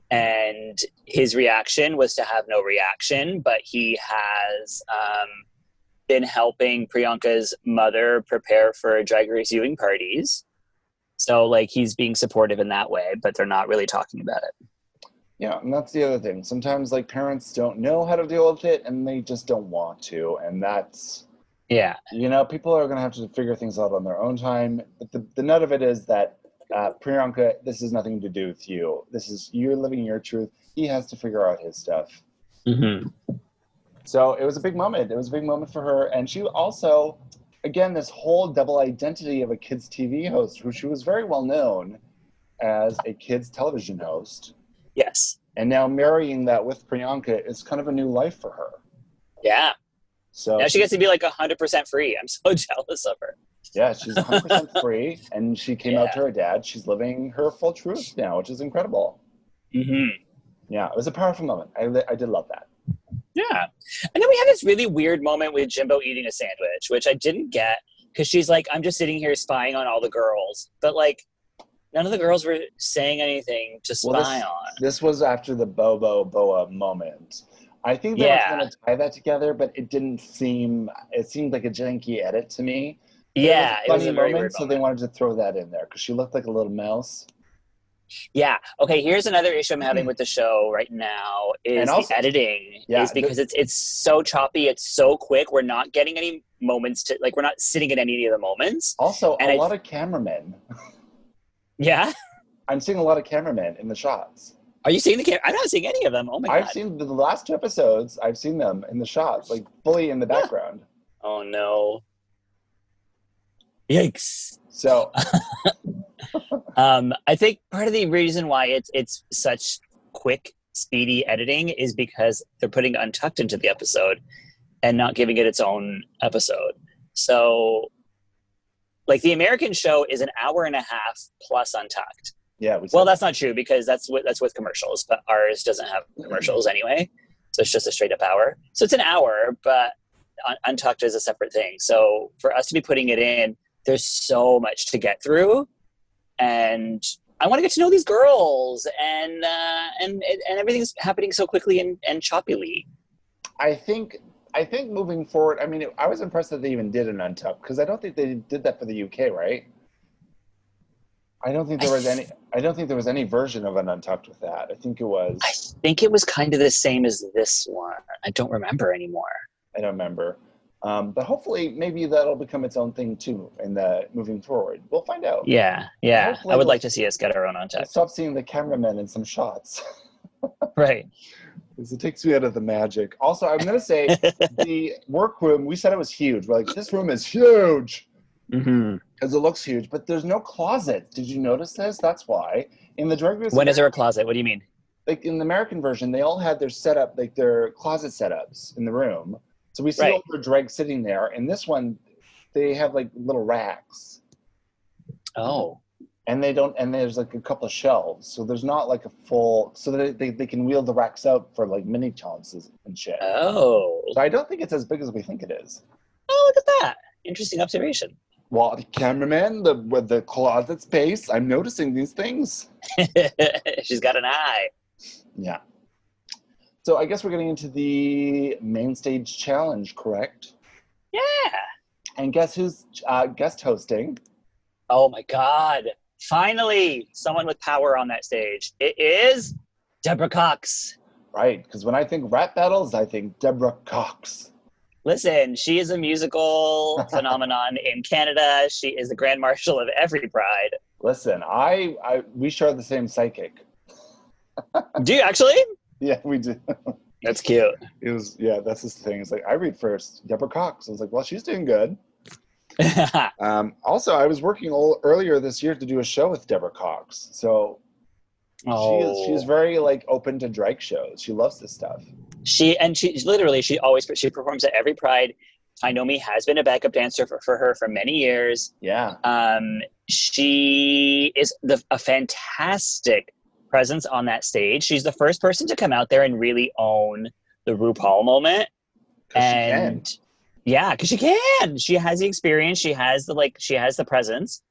And his reaction was to have no reaction, but he has um, been helping Priyanka's mother prepare for drag race viewing parties. So, like, he's being supportive in that way, but they're not really talking about it.
yeah and that's the other thing sometimes like parents don't know how to deal with it and they just don't want to and that's
Yeah.
you know people are going to have to figure things out on their own time but the, the nut of it is that uh, priyanka this has nothing to do with you this is you're living your truth he has to figure out his stuff
Mm-hmm.
So it was a big moment. It was a big moment for her. And she also, again, this whole double identity of a kids' TV host, who she was very well known as a kids' television host.
Yes.
And now marrying that with Priyanka is kind of a new life for her.
Yeah.
So
Now she gets to be like 100% free. I'm so jealous of her.
yeah, she's 100% free. And she came out to her dad. She's living her full truth now, which is incredible.
Mm-hmm.
Yeah, it was a powerful moment. I, li- I did love that.
Yeah. And then we had this really weird moment with Jimbo eating a sandwich, which I didn't get because she's like, I'm just sitting here spying on all the girls. But like, none of the girls were saying anything to spy
Well, this-
on.
This was after the Bobo Boa moment. I think they
Yeah.
were trying to tie that together, but it didn't seem. It seemed like a janky edit to me. But it was a
Yeah, it was a
funny
very
moment,
weird
so
moment.
they wanted to throw that in there because she looked like a little mouse.
Yeah. Okay. Here's another issue I'm having with the show right now is
Hmm. And also-
the editing.
Yeah,
is because it's it's so choppy. It's so quick. We're not getting any moments to like. We're not sitting in any of the moments.
Also,
And
a
I-
lot of cameramen.
Yeah.
I'm seeing a lot of cameramen in the shots.
Are you seeing the camera? I'm not seeing any of them. Oh my
I've
god.
seen the last two episodes. I've seen them in the shots, like fully in the
Yeah.
background.
oh no. Yikes.
So
Um, I think part of the reason why it's it's such quick, speedy editing is because they're putting Untucked into the episode and not giving it its own episode. So, like the American show is an hour and a half plus Untucked.
yeah, we
Well, that's not true because that's with, that's with commercials, but ours doesn't have commercials anyway, so it's just a straight up hour. So it's an hour, but Un- Untucked is a separate thing. So for us to be putting it in, there's so much to get through, and I want to get to know these girls, and uh, and and everything's happening so quickly and and choppily.
I think I think moving forward, I mean, I was impressed that they even did an untuck because I don't think they did that for the UK, right? I don't think there
I
was any. I don't think there was any version of an untucked with that. I think it was.
I think it was kind of the same as this one. I don't remember anymore.
I don't remember. Um, but hopefully, maybe that'll become its own thing too. In the moving forward, we'll find out.
Yeah, yeah.
Hopefully
I would
we'll-
like to see us get our own Untucked.
Stop seeing the cameramen in some shots.
Right.
'Cause it takes me out of the magic. Also, I'm gonna say the workroom. We said it was huge. We're like, this room is huge.
Mm-hmm.
because it looks huge, but there's no closet. Did you notice this? That's why. In the Drag Race,
When is there a closet? What do you mean?
like in the American version, they all had their setup, like their closet setups in the room. So we see
Right.
all their drag sitting there. And this one, they have like little racks,
Oh,
and they don't. And there's like a couple of shelves, so there's not like a full. So they they, they can wheel the racks out for like mini challenges and shit.
oh,
so I don't think it's as big as we think it is.
oh! Look at that. Interesting observation.
Well, the cameraman, the with the closet space. I'm noticing these things.
She's got an eye.
Yeah. So I guess we're getting into the main stage challenge, correct?
Yeah.
And guess who's uh, guest hosting?
Oh my God! Finally, someone with power on that stage. It is Deborah Cox.
Right, because when I think rap battles, I think Deborah Cox.
Listen, she is a musical phenomenon in Canada. She is the grand marshal of every pride.
Listen, I, I we share the same psychic.
Do you actually?
Yeah, we do.
That's cute.
It was yeah, that's his thing. It's like I read first, Deborah Cox. I was like, well, she's doing good. Um, also, I was working all, earlier this year to do a show with Deborah Cox, so
oh,
she is, she's very like open to drag shows. She loves this stuff.
She and she literally she always she performs at every pride. Tainomi has been a backup dancer for, for her for many years.
Yeah,
Um, she is the, a fantastic presence on that stage. She's the first person to come out there and really own the RuPaul moment.
'cause she can.
And yeah, because she can. She has the experience. She has the like. She has the presence.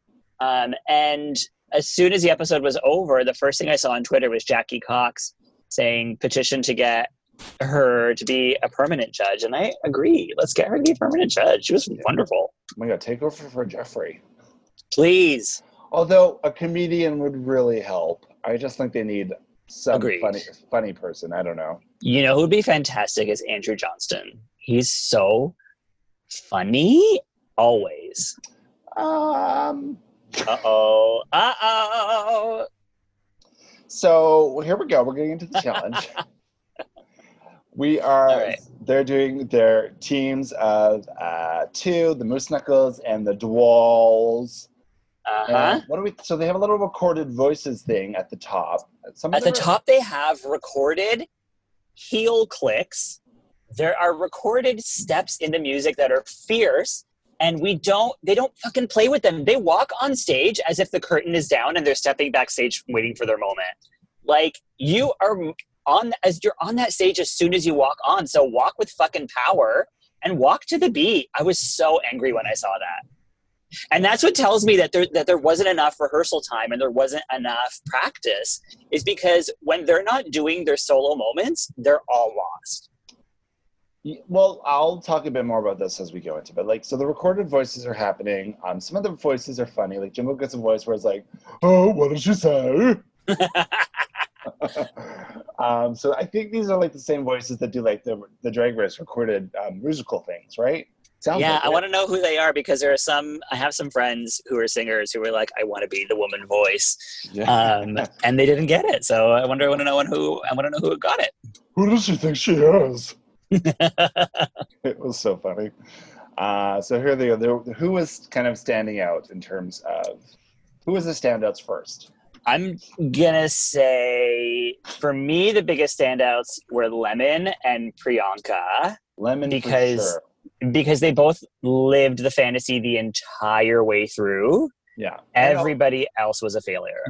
Um, and as soon as the episode was over, the first thing I saw on Twitter was Jackie Cox saying petition to get her to be a permanent judge, and I agree. Let's get her to be a permanent judge. She was wonderful.
Oh my god, take over for Jeffrey.
Please.
Although a comedian would really help. I just think they need some
Agreed.
funny funny person. I don't know.
You know who'd be fantastic is Andrew Johnston. He's so funny always.
Um
Uh oh. Uh oh.
so here we go. We're getting into the challenge. we are
All right.
they're doing their teams of uh two, the Moose Knuckles and the Dwalls.
Uh
And
huh.
What do we so they have a little recorded voices thing at the top. Some of
At the
them are-
top, they have recorded heel clicks. There are recorded steps into music that are fierce, and we don't. They don't fucking play with them. They walk on stage as if the curtain is down, and they're stepping backstage, waiting for their moment. Like you are on as you're on that stage as soon as you walk on. So walk with fucking power and walk to the beat. I was so angry when I saw that. and that's what tells me that there that there wasn't enough rehearsal time and there wasn't enough practice is because when they're not doing their solo moments they're all lost
Well, I'll talk a bit more about this as we go into, it. but like, so the recorded voices are happening. Um, some of the voices are funny. Like Jimbo gets a voice where it's like, "Oh, what did she say?" um, so I think these are like the same voices that do like the the Drag Race recorded um, musical things, right? Sounds
yeah
like
i
it.
want to know who they are because there are some i have some friends who are singers who were like i want to be the woman voice um, and they didn't get it so i wonder i want to know who i want to know who got it
Who does she think she is? it was so funny. Uh, so here they go. There- Who was kind of standing out in terms of who was the standouts first?
I'm gonna say for me the biggest standouts were Lemon and Priyanka
Lemon for
Because-
sure.
because they both lived the fantasy the entire way through.
Yeah. uh,
Everybody else was a failure.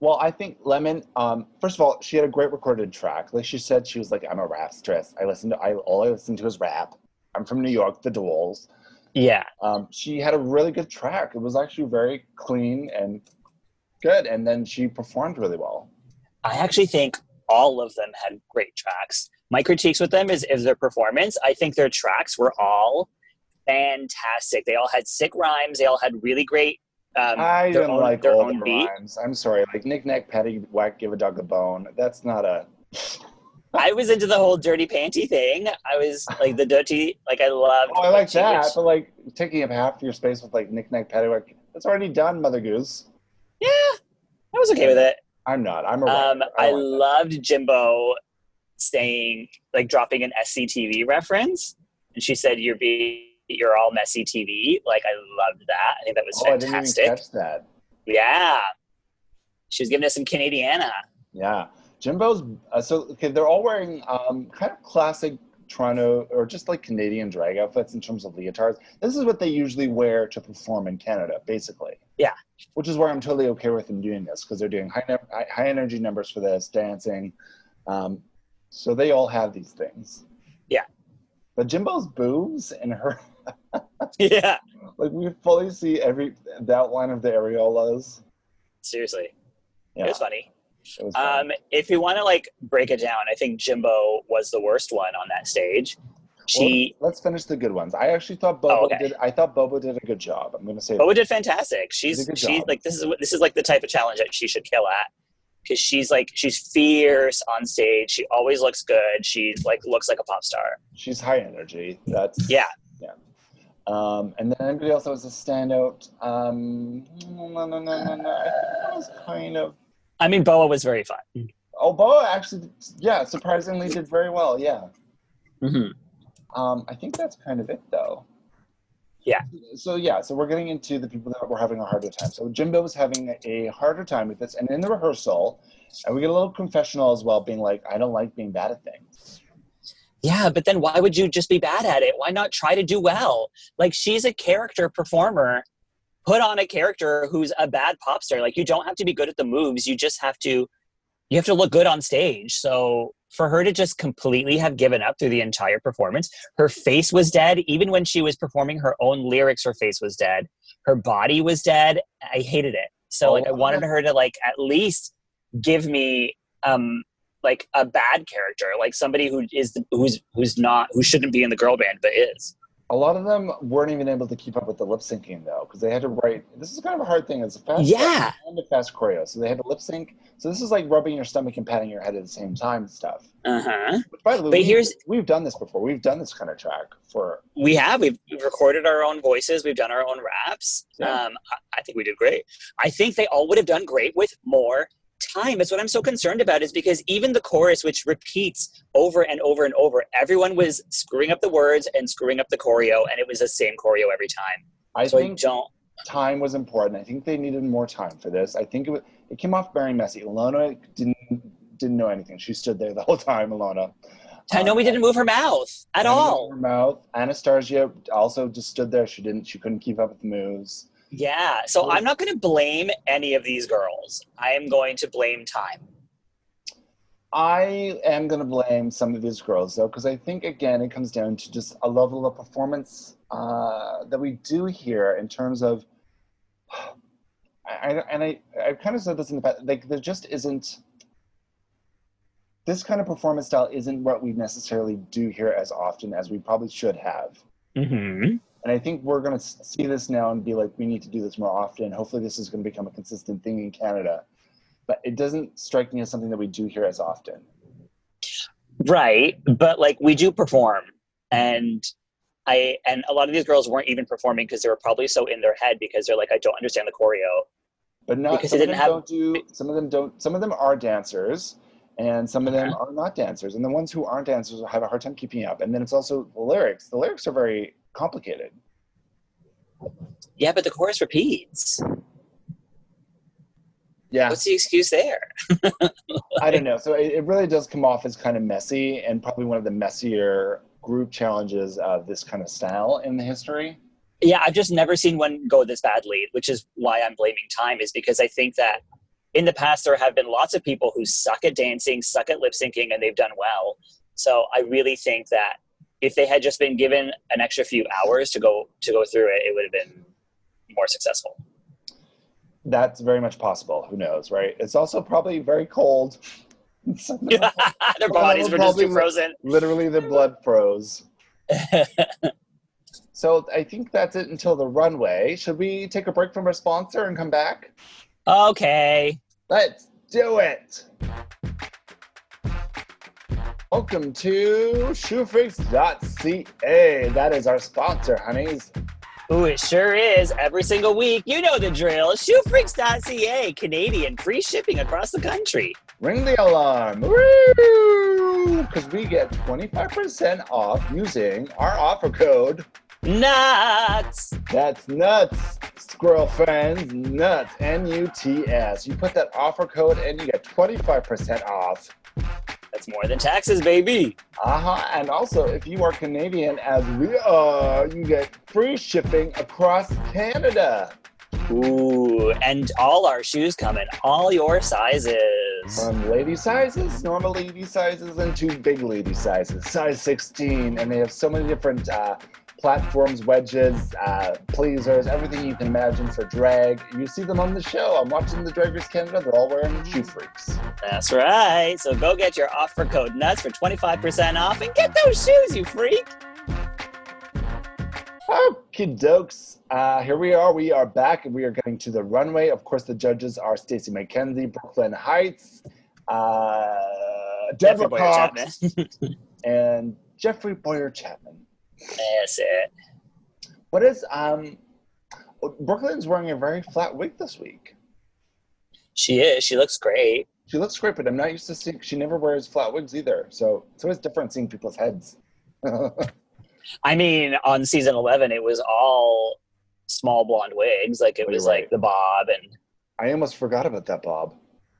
Well, I think Lemon. Um, first of all, she had a great recorded track. Like she said, she was like, "I'm a rapstress. I listen to I all I listen to is rap. I'm from New York, the Dolls."
Yeah,
Um, she had a really good track. It was actually very clean and good, and then she performed really well.
I actually think all of them had great tracks. My critiques with them is is their performance. I think their tracks were all fantastic. They all had sick rhymes. They all had really great. Um,
I
their
didn't
own-
like
their
all
own
the
beat.
rhymes. I'm sorry, like knick knack, patty whack, give a dog a bone. That's not a.
I was into the whole dirty panty thing. I was like the dirty, like I loved.
Oh, I like
she
that,
was-
but like taking up half your space with like knick knack, patty whack. That's already done, Mother Goose.
yeah, I was okay with it.
I'm not. I'm a.
Um,
rapper.
I
don't like
loved Jimbo saying, like, dropping an SCTV reference, and she said, "You're being, you're all messy TV." Like, I loved that. I think that was
that. oh, I didn't even
fantastic.
catch that.
yeah, she was giving us some Canadiana.
Yeah, Jimbo's. Uh, so okay, they're all wearing um, kind of classic Toronto or just like Canadian drag outfits in terms of leotards. This is what they usually wear to perform in Canada, basically.
Yeah.
Which is why I'm totally okay with them doing this because they're doing high ne- high- high energy numbers for this dancing. Um, so they all have these things.
Yeah.
But Jimbo's boobs and her
yeah,
like we fully see every the outline of the areolas.
seriously,
Yeah.
it was funny.
it was fun.
Um, if you want to like break it down, I think Jimbo was the worst one on that stage. She
Well, let's finish the good ones. I actually thought Bobo
Oh, okay. Oh.
did. I thought Bobo did a good job. I'm gonna say.
Boa did fantastic. She's
did a good
she's
job.
like this is what- this is like the type of challenge that she should kill at because she's like she's fierce on stage. She always looks good. She like looks like a pop star.
she's high energy. That's
Yeah.
Um, and then anybody else that was a standout? Um, no, no, no, no, no. I think that was kind of.
I mean, Boa was very fun.
Oh, Boa actually, yeah, surprisingly did very well. Yeah.
Mhm.
Um, I think that's kind of it, though.
Yeah.
So yeah, so we're getting into the people that were having a harder time. So Jimbo was having a harder time with this, and in the rehearsal, and we get a little confessional as well, being like, "I don't like being bad at things."
Yeah, but then why would you just be bad at it? Why not try to do well? Like she's a character performer. Put on a character who's a bad pop star. Like you don't have to be good at the moves. You just have to you have to look good on stage. So for her to just completely have given up through the entire performance, her face was dead. Even when she was performing her own lyrics, her face was dead. Her body was dead. I hated it. So
Oh,
like I wanted
yeah.
her to like at least give me um like a bad character, like somebody who is the, who's who's not who shouldn't be in the girl band but is.
A lot of them weren't even able to keep up with the lip syncing though, because they had to write. This is kind of a hard thing. It's a fast
Yeah.
and a fast choreo, so they had to lip sync. So this is like rubbing your stomach and patting your head at the same time stuff.
Uh huh.
Which, by the way,
But
we-
here's-
we've done this before. We've done this kind of track for
we have we've we've recorded our own voices we've done our own raps
Yeah.
um, I, I think we did great i think they all would have done great with more time it's what i'm so concerned about is because even the chorus which repeats over and over and over everyone was screwing up the words and screwing up the choreo and it was the same choreo every time
I
so i
think
don't
time was important. I think they needed more time for this. I think it, was, it came off very messy. Ilona didn't didn't know anything. She stood there the whole time, Ilona.
i know we
Uh,
didn't move her mouth at
Anna
all
Her mouth. Anastasia also just stood there. She didn't. She couldn't keep up with the moves.
yeah so i'm not going to blame any of these girls i am going to blame time
I am going to blame some of these girls though, because I think again it comes down to just a level of performance uh, that we do here in terms of I, I and I I've kind of said this in the past. Like there just isn't. This kind of performance style isn't what we necessarily do here as often as we probably should have.
Mm-hmm.
And I think we're going to see this now and be like, we need to do this more often. Hopefully, this is going to become a consistent thing in Canada. But it doesn't strike me as something that we do here as often.
Right, but like we do perform, and I and a lot of these girls weren't even performing because they were probably so in their head because they're like, I don't understand the choreo.
But not
Because
some
they
of them
didn't have-
don't do some of them don't some of them are dancers and some of them are not dancers. And the ones who aren't dancers will have a hard time keeping up. And then it's also the lyrics. The lyrics are very complicated.
Yeah, but the chorus repeats.
Yeah.
What's the excuse there?
I don't know. So it, it really does come off as kind of messy and probably one of the messier group challenges of this kind of style in the history.
Yeah, I've just never seen one go this badly, which is why I'm blaming time, is because I think that in the past there have been lots of people who suck at dancing, suck at lip syncing, and they've done well. So I really think that if they had just been given an extra few hours to go to go through it, it would have been more successful.
That's very much possible. Who knows, right? It's also probably very cold. Some of them-
Their bodies were just too
Probably-
frozen.
Literally, the blood froze. So I think that's it until the runway. Should we take a break from our sponsor and come back?
okay.
Let's do it. Welcome to shoefix.ca. That is our sponsor, honeys.
Ooh, it sure is. Every single week, you know the drill. Shoefreaks.ca, Canadian, free shipping across the country.
Ring the alarm. Because we get 25% off using our offer code.
Nuts!
That's nuts. Squirrel friends, nuts. N U T S. You put that offer code and you get 25% off.
That's more than taxes, baby.
Uh huh. And also, if you are Canadian, as we are, you get free shipping across Canada
Ooh, and all our shoes come in all your sizes.
from lady sizes, normal lady sizes, and to big lady sizes, size 16. And they have so many different uh, platforms, wedges, uh, pleasers, everything you can imagine for drag. You see them on the show. I'm watching the Drag Race Canada. They're all wearing shoe freaks.
That's right. So go get your offer code nuts for 25% off and get those shoes, you freak.
Okie dokes. Uh, here we are. We are back and we are getting to the runway. Of course, the judges are Stacey McKenzie, Brooklyn Heights, uh, Deborah
Jeffrey Boyer Chapman.
Cox, and Jeffrey Boyer Chapman.
That's it.
What is, um, Brooklyn's wearing a very flat wig this week.
She is. She looks great.
She looks great, but I'm not used to seeing, she never wears flat wigs either. So it's always different seeing people's heads.
I mean, on season 11, it was all small blonde wigs. Like it
Oh, you're
was
right.
like the bob. And
I almost forgot about that, Bob.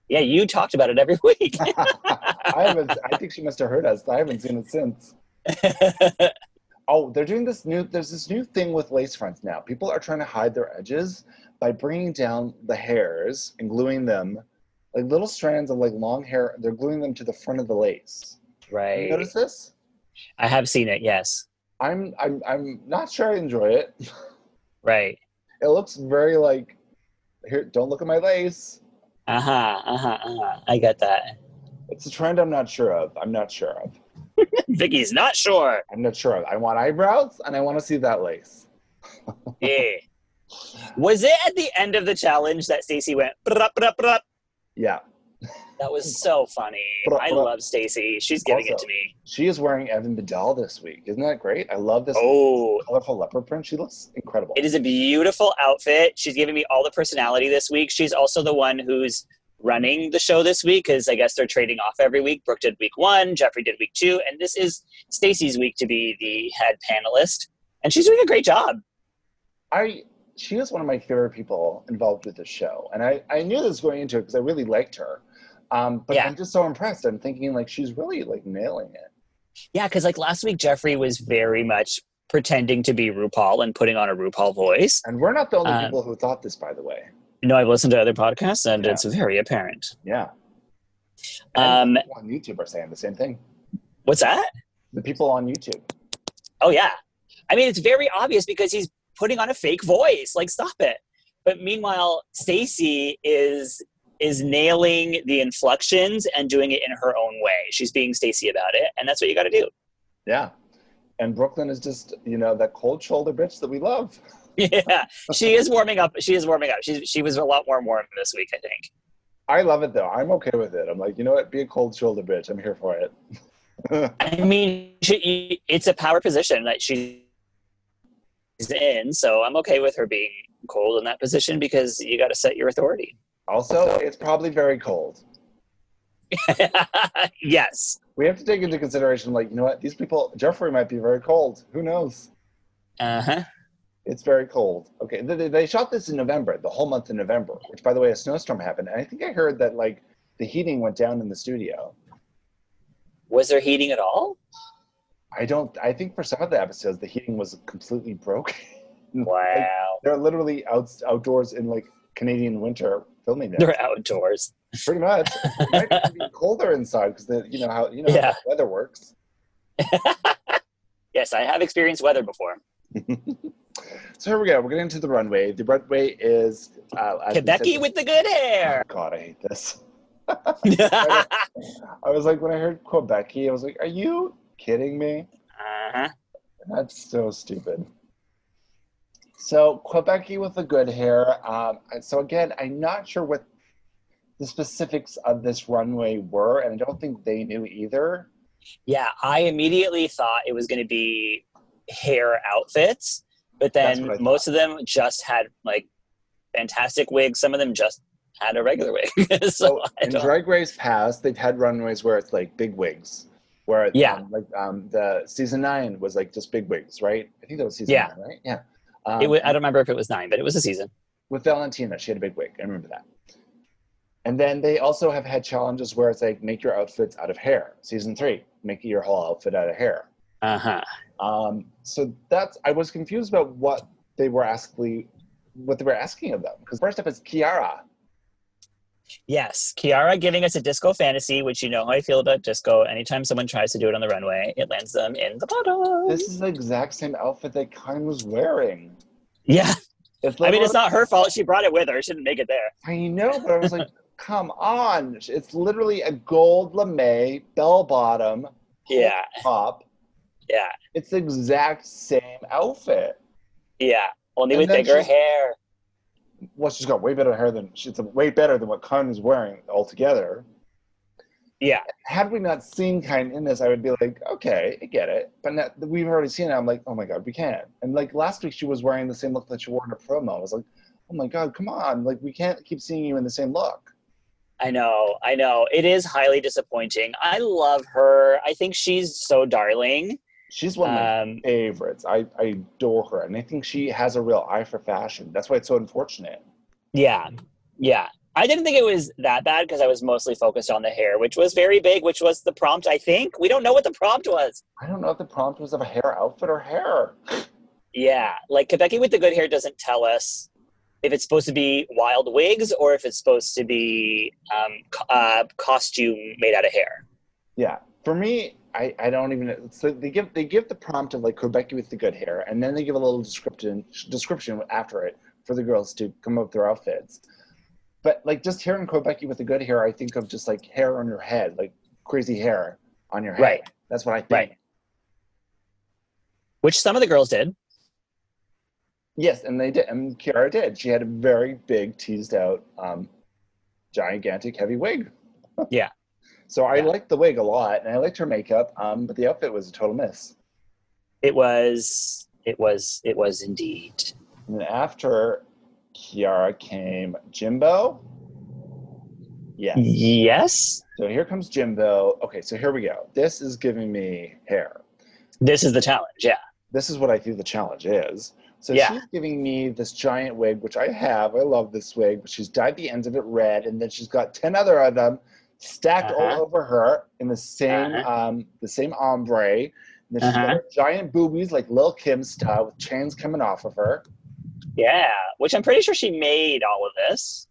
yeah, you talked about it every week.
I haven't, I think she must have heard us. I haven't seen it since. Oh, they're doing this new. There's this new thing with lace fronts now. People are trying to hide their edges by bringing down the hairs and gluing them, like little strands of like long hair. They're gluing them to the front of the lace. You
right.
notice this?
I have seen it. Yes.
I'm I'm I'm not sure I enjoy it.
Right.
It looks very like here. Don't look at my lace.
Uh huh. Uh huh. Uh huh. I get that.
It's a trend I'm not sure of. I'm not sure of.
Vicky's not sure.
I'm not sure of. I want eyebrows and I want to see that lace.
Yeah. Was it at the end of the challenge that Stacy went? "Brup, brup, brup"?
Yeah,
That was so funny.
Brup,
I
brup.
love Stacy. She's giving it
Also-
to me.
she is wearing Evan Bedell this week. Isn't that great? I love this.
Oh,
colorful leopard print. She looks incredible.
It is a beautiful outfit. She's giving me all the personality this week. She's also the one who's running the show this week because I guess they're trading off every week. Brooke did week one, Jeffrey did week two, and this is Stacy's week to be the head panelist. And she's doing a great job.
I she is one of my favorite people involved with this show, and I I knew this going into it because I really liked her. Um, but
Yeah.
I'm just so impressed. I'm thinking like she's really like nailing it.
Yeah, because like last week, Jeffrey was very much pretending to be RuPaul and putting on a RuPaul voice.
And we're not the only
Um,
people who thought this, by the way.
You know, I've listened to other podcasts and
Yeah.
it's very apparent.
Yeah. And
Um,
people on YouTube are saying the same thing.
what's that?
The people on YouTube.
Oh yeah. I mean, it's very obvious because he's putting on a fake voice. Like, stop it. But meanwhile, Stacy is is nailing the inflections and doing it in her own way. She's being Stacy about it, and that's what you got to do.
Yeah. And Brooklyn is just, you know, that cold shoulder bitch that we love.
yeah, she is warming up. She is warming up. She she was a lot more warm this week, I think.
I love it though. I'm okay with it. I'm like, you know what? Be a cold shoulder bitch. I'm here for it.
I mean, she, it's a power position that she's in, so I'm okay with her being cold in that position because you got to set your authority.
Also, it's probably very cold.
yes,
We have to take into consideration, like, you know what? These people, Jeffrey might be very cold. Who knows?
uh huh.
It's very cold. Okay, they- they, they shot this in November, the whole month of November, which, by the way, a snowstorm happened. And I think I heard that, like, the heating went down in the studio.
Was there heating at all?
I don't, I think for some of the episodes, the heating was completely broken. Mm.
Wow,
They're literally out, outdoors in, like, Canadian winter filming that.
they're outdoors.
Pretty much. It might be colder inside because the you know how you know how
Yeah.
the weather works.
Yes, I have experienced weather before.
So here we go. We're getting into the runway. The runway is uh, as we said- Oh
Quebecy with the good hair.
God, I hate this.
Uh-huh.
I was like, when I heard Quebecy, I was like, are you kidding me?
Uh-huh.
That's so stupid. So Quebecy with the good hair. Um, so again, I'm not sure what the specifics of this runway were, and I don't think they knew either.
Yeah, I immediately thought it was going to be hair outfits, but
That's
then
what I thought.
most of them just had like fantastic wigs. Some of them just had a regular wig. so
So
I
in
don't-
Drag Race past, they've had runways where it's like big wigs, where it's,
Yeah.
um, like um, the season nine was like just big wigs, right? I think that was season
Yeah.
nine, right? Yeah. Um,
it wa- I don't remember if it was nine, but it was a season.
with Valentina, she had a big wig. I remember that. And then they also have had challenges where it's like make your outfits out of hair. Season three, make your whole outfit out of hair.
Uh huh.
Um, so that's I was confused about what they were asking, what they were asking of them. Because first up is Kiara.
Yes, Kiara giving us a disco fantasy, which you know how I feel about disco. Anytime someone tries to do it on the runway, it lands them in the bottom.
This is the exact same outfit that Kine was wearing.
yeah,
It's
I mean
literally-
it's not her fault. She brought it with her. She didn't make it there.
I know, but I was like, come on. It's literally a gold lame, bell bottom,
Yeah,
top.
yeah,
It's the exact same outfit.
yeah. Only
And
with
then
bigger
she's-
hair.
Well, she's got way better hair than she's way better than what Khan is wearing altogether.
Yeah.
Had we not seen Kine in this, I would be like, okay, I get it. But now, that we've already seen it. I'm like, oh my god, we can't. And like last week, she was wearing the same look that she wore in her promo. I was like, oh my god, come on! Like we can't keep seeing you in the same look.
I know, I know. It is highly disappointing. I love her. I think she's so darling.
She's one of my
Um,
favorites. I, I adore her, and I think she has a real eye for fashion. That's why it's so unfortunate.
yeah, yeah. I didn't think it was that bad because I was mostly focused on the hair, which was very big, which was the prompt, I think. We don't know what the prompt was.
I don't know if the prompt was of a hair outfit or hair.
Yeah, like Quebecy with the good hair doesn't tell us if it's supposed to be wild wigs or if it's supposed to be um, co- uh, costume made out of hair.
Yeah, for me, I, I don't even. So they give they give the prompt of like Quebecy with the good hair, and then they give a little description description after it for the girls to come up with their outfits. But like just hearing Quebecy with the good hair, I think of just like hair on your head, like crazy hair on your head.
Right.
That's what I think.
Right. Which some of the girls did.
Yes, and they did. And Kiara did. She had a very big, teased out, um, gigantic, heavy wig.
Yeah.
So I
Yeah.
liked the wig a lot, and I liked her makeup, um, but the outfit was a total miss.
It was, it was, it was indeed.
And then after Kiara came Jimbo. Yeah.
Yes.
So here comes Jimbo. Okay, so here we go. This is giving me hair.
This is the challenge. Yeah.
This is what I think the challenge is. So
Yeah.
she's giving me this giant wig, which I have. I love this wig, but she's dyed the ends of it red, and then she's got ten other of them stacked all
Uh-huh.
over her in the same
Uh-huh.
um, the same ombre. And then she's got
Uh-huh.
her giant boobies like Lil Kim style with chains coming off of her.
Yeah. Which I'm pretty sure she made all of this.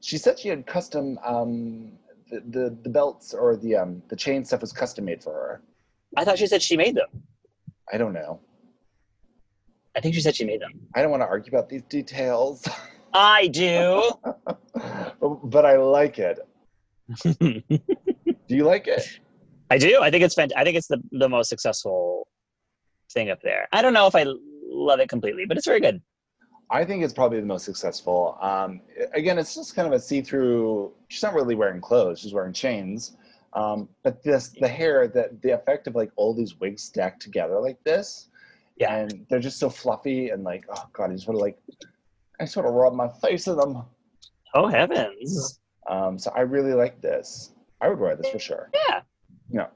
She said she had custom um, the, the the belts or the um, the chain stuff was custom made for her.
I thought she said she made them.
I don't know.
I think she said she made them.
I don't want to argue about these details,
I do.
but, but I like it. Do you like it?
I do. I think it's fant- I think it's the the most successful thing up there. I don't know if I love it completely, but it's very good.
I think it's probably the most successful. Um, again, it's just kind of a see-through. She's not really wearing clothes; she's wearing chains. Um, but this, the hair, the the effect of like all these wigs stacked together like this,
Yeah.
and they're just so fluffy and like, oh god, I just want to like, I just want to rub my face in them.
Oh heavens.
Um, so I really like this. I would wear this for sure.
Yeah.
No.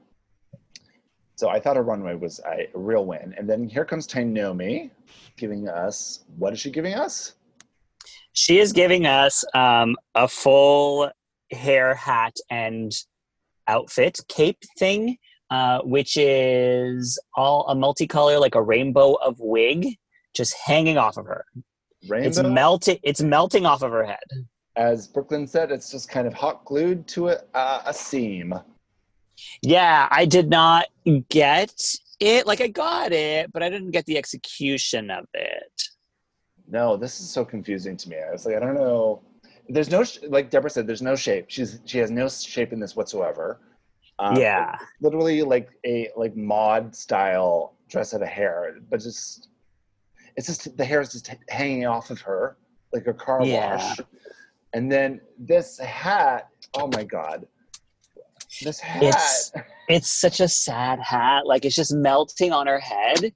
So I thought a runway was a real win, and then here comes Tainomi, giving us what is she giving us?
She is giving us um, a full hair hat and outfit cape thing, uh, which is all a multicolor, like a rainbow of wig, just hanging off of her.
Rainbow.
It's melting. It's melting off of her head.
as Brooklyn said, it's just kind of hot glued to a, uh, a seam.
Yeah, I did not get it. Like I got it, but I didn't get the execution of it.
No, this is so confusing to me. I was like, I don't know. There's no sh- like Deborah said. There's no shape. She's she has no shape in this whatsoever. Um,
yeah,
it's literally like a like mod style dress out of hair, but just it's just the hair is just hanging off of her like a car
Yeah.
wash. And then this hat. Oh my god, this hat.
It's- it's such a sad hat. Like it's just melting on her head.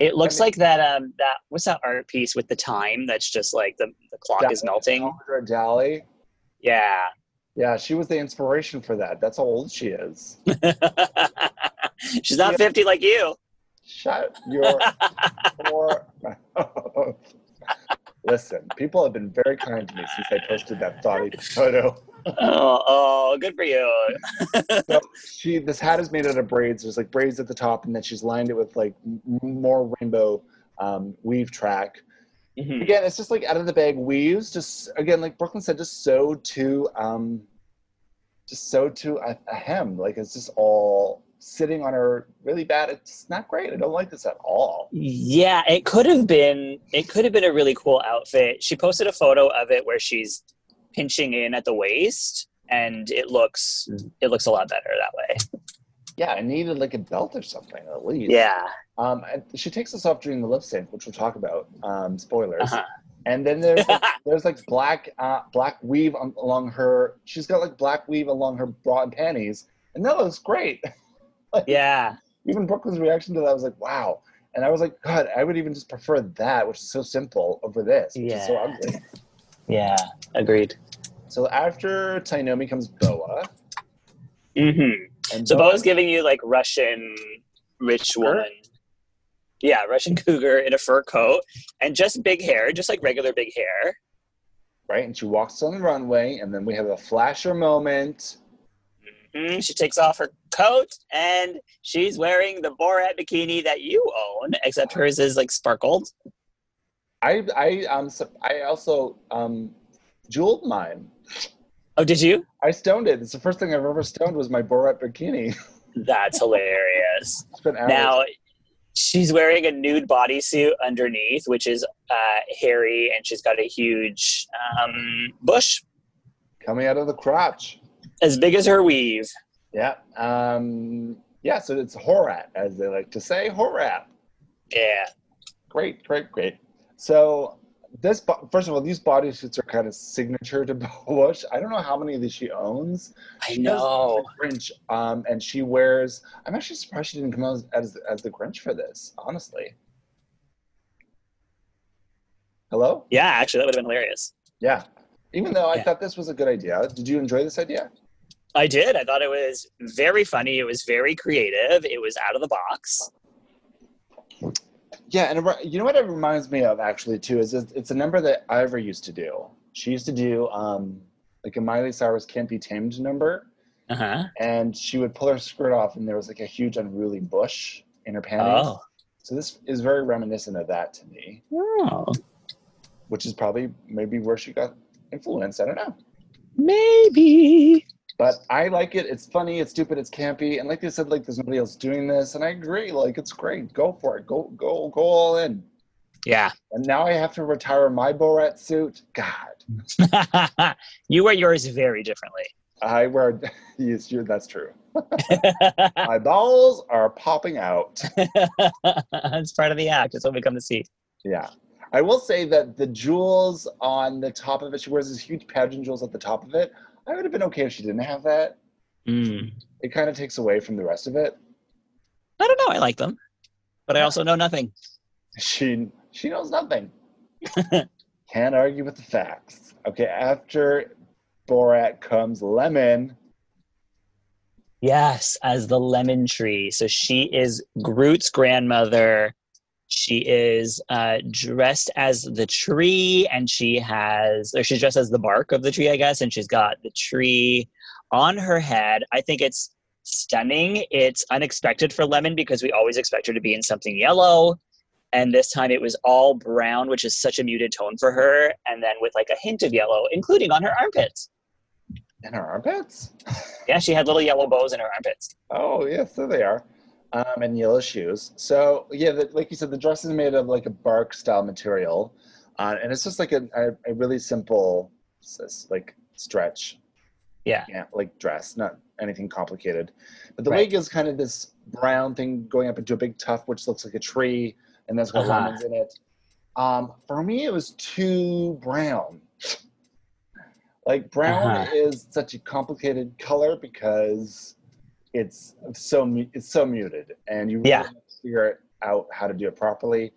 It looks
mean-
like that. Um, that what's that art piece with the time? That's just like the the clock is melting.
Salvador Dali.
Yeah,
Yeah, she was the inspiration for that. That's how old she is.
she's not
Yeah.
fifty like you.
Shut your whore. mouth. Listen, people have been very kind to me since I posted that thought photo.
Oh, oh, good for you.
She, this hat is made out of braids. There's like braids at the top, and then she's lined it with like m- more rainbow um, weave track.
Mhm.
Again, it's just like out of the bag weaves. Just again, like Brooklyn said, just so to, um, just so to a, a hem. Like it's just all sitting on her really bad. It's not great. I don't like this at all.
Yeah, it could have been it could have been a really cool outfit. She posted a photo of it where she's pinching in at the waist and it looks it looks a lot better that way.
Yeah, I needed like a belt or something at least.
Yeah.
Um, and she takes us off during the lip sync, which we'll talk about. Um, spoilers.
Uh-huh.
And then there's like, there's like black uh, black weave on, along her. She's got like black weave along her bra and panties, and that looks great.
yeah.
Even Brooklyn's reaction to that was like, "Wow!" And I was like, "God, I would even just prefer that, which is so simple, over this, which is so
Yeah.
ugly."
Yeah. Agreed.
So after Tainomi comes Boa,
Mhm.
and
So Bo's giving you like Russian rich woman. Yeah, Russian cougar in a fur coat and just big hair, just like regular big hair.
right, and she walks on the runway, and then we have a flasher moment.
Mhm. She takes off her coat and she's wearing the Borat bikini that you own, except hers is like sparkled.
I I um so- I also um jeweled mine.
Oh, did you?
I stoned it. It's the first thing I've ever stoned was my Borat bikini.
That's hilarious.
Spent hours.
Now, she's wearing a nude bodysuit underneath, which is uh, hairy, and she's got a huge um, bush
coming out of the crotch.
as big as her weave.
Yeah. Um yeah, so it's Horat, as they like to say, Horat.
Yeah.
Great, great, great. So this bo- first of all, these bodysuits are kind of signature to Boa. I don't know how many of these she owns.
I
She does
know.
the Grinch, um, and she wears. I'm actually surprised she didn't come out as as the Grinch for this. Honestly. Hello.
Yeah, actually, that would have been hilarious.
Yeah. Even though I
Yeah.
thought this was a good idea, did you enjoy this idea?
I did. I thought it was very funny. It was very creative. It was out of the box.
Yeah, and it re- you know what it reminds me of actually too is it's it's a number that Ivor used to do. She used to do um, like a Miley Cyrus "Can't Be Tamed" number,
Uh huh.
and she would pull her skirt off, and there was like a huge unruly bush in her panties.
Oh.
So this is very reminiscent of that to me.
Oh.
which is probably maybe where she got influenced. I don't know.
Maybe.
But I like it. It's funny. It's stupid. It's campy. And like they said, like there's nobody else doing this. And I agree. Like it's great. Go for it. Go go go all in.
Yeah.
And now I have to retire my Borat suit. God,
you wear yours very differently.
I wear. Yes, you- that's true. My balls are popping out.
it's part of the act. It's what we come to see.
Yeah. I will say that the jewels on the top of it, she wears these huge pageant jewels at the top of it. I would have been okay if she didn't have that.
Mm.
It kind of takes away from the rest of it.
I don't know. I like them, but I also know nothing.
She she knows nothing. Can't argue with the facts. Okay, after Borat comes Lemon.
Yes, as the lemon tree. So she is Groot's grandmother. She is uh, dressed as the tree, and she has, or she's dressed as the bark of the tree, I guess, and she's got the tree on her head. I think it's stunning. It's unexpected for Lemon because we always expect her to be in something yellow. And this time it was all brown, which is such a muted tone for her, and then with like a hint of yellow, including on her armpits.
In her armpits?
Yeah, she had little yellow bows in her armpits.
Oh, yes, there they are. Um, and yellow shoes. So, yeah, the, like you said, the dress is made of like a bark style material. Uh, and it's just like a, a, a really simple, s- s- like, stretch.
Yeah.
Yeah, like dress, not anything complicated. But the
Right.
wig is kind of this brown thing going up into a big tuft, which looks like a tree, and that's got
Uh-huh.
lemons in it. Um, for me, it was too brown. Like brown
Uh-huh.
is such a complicated color because it's so mu- it's so muted, and you really
Yeah.
have to figure out how to do it properly.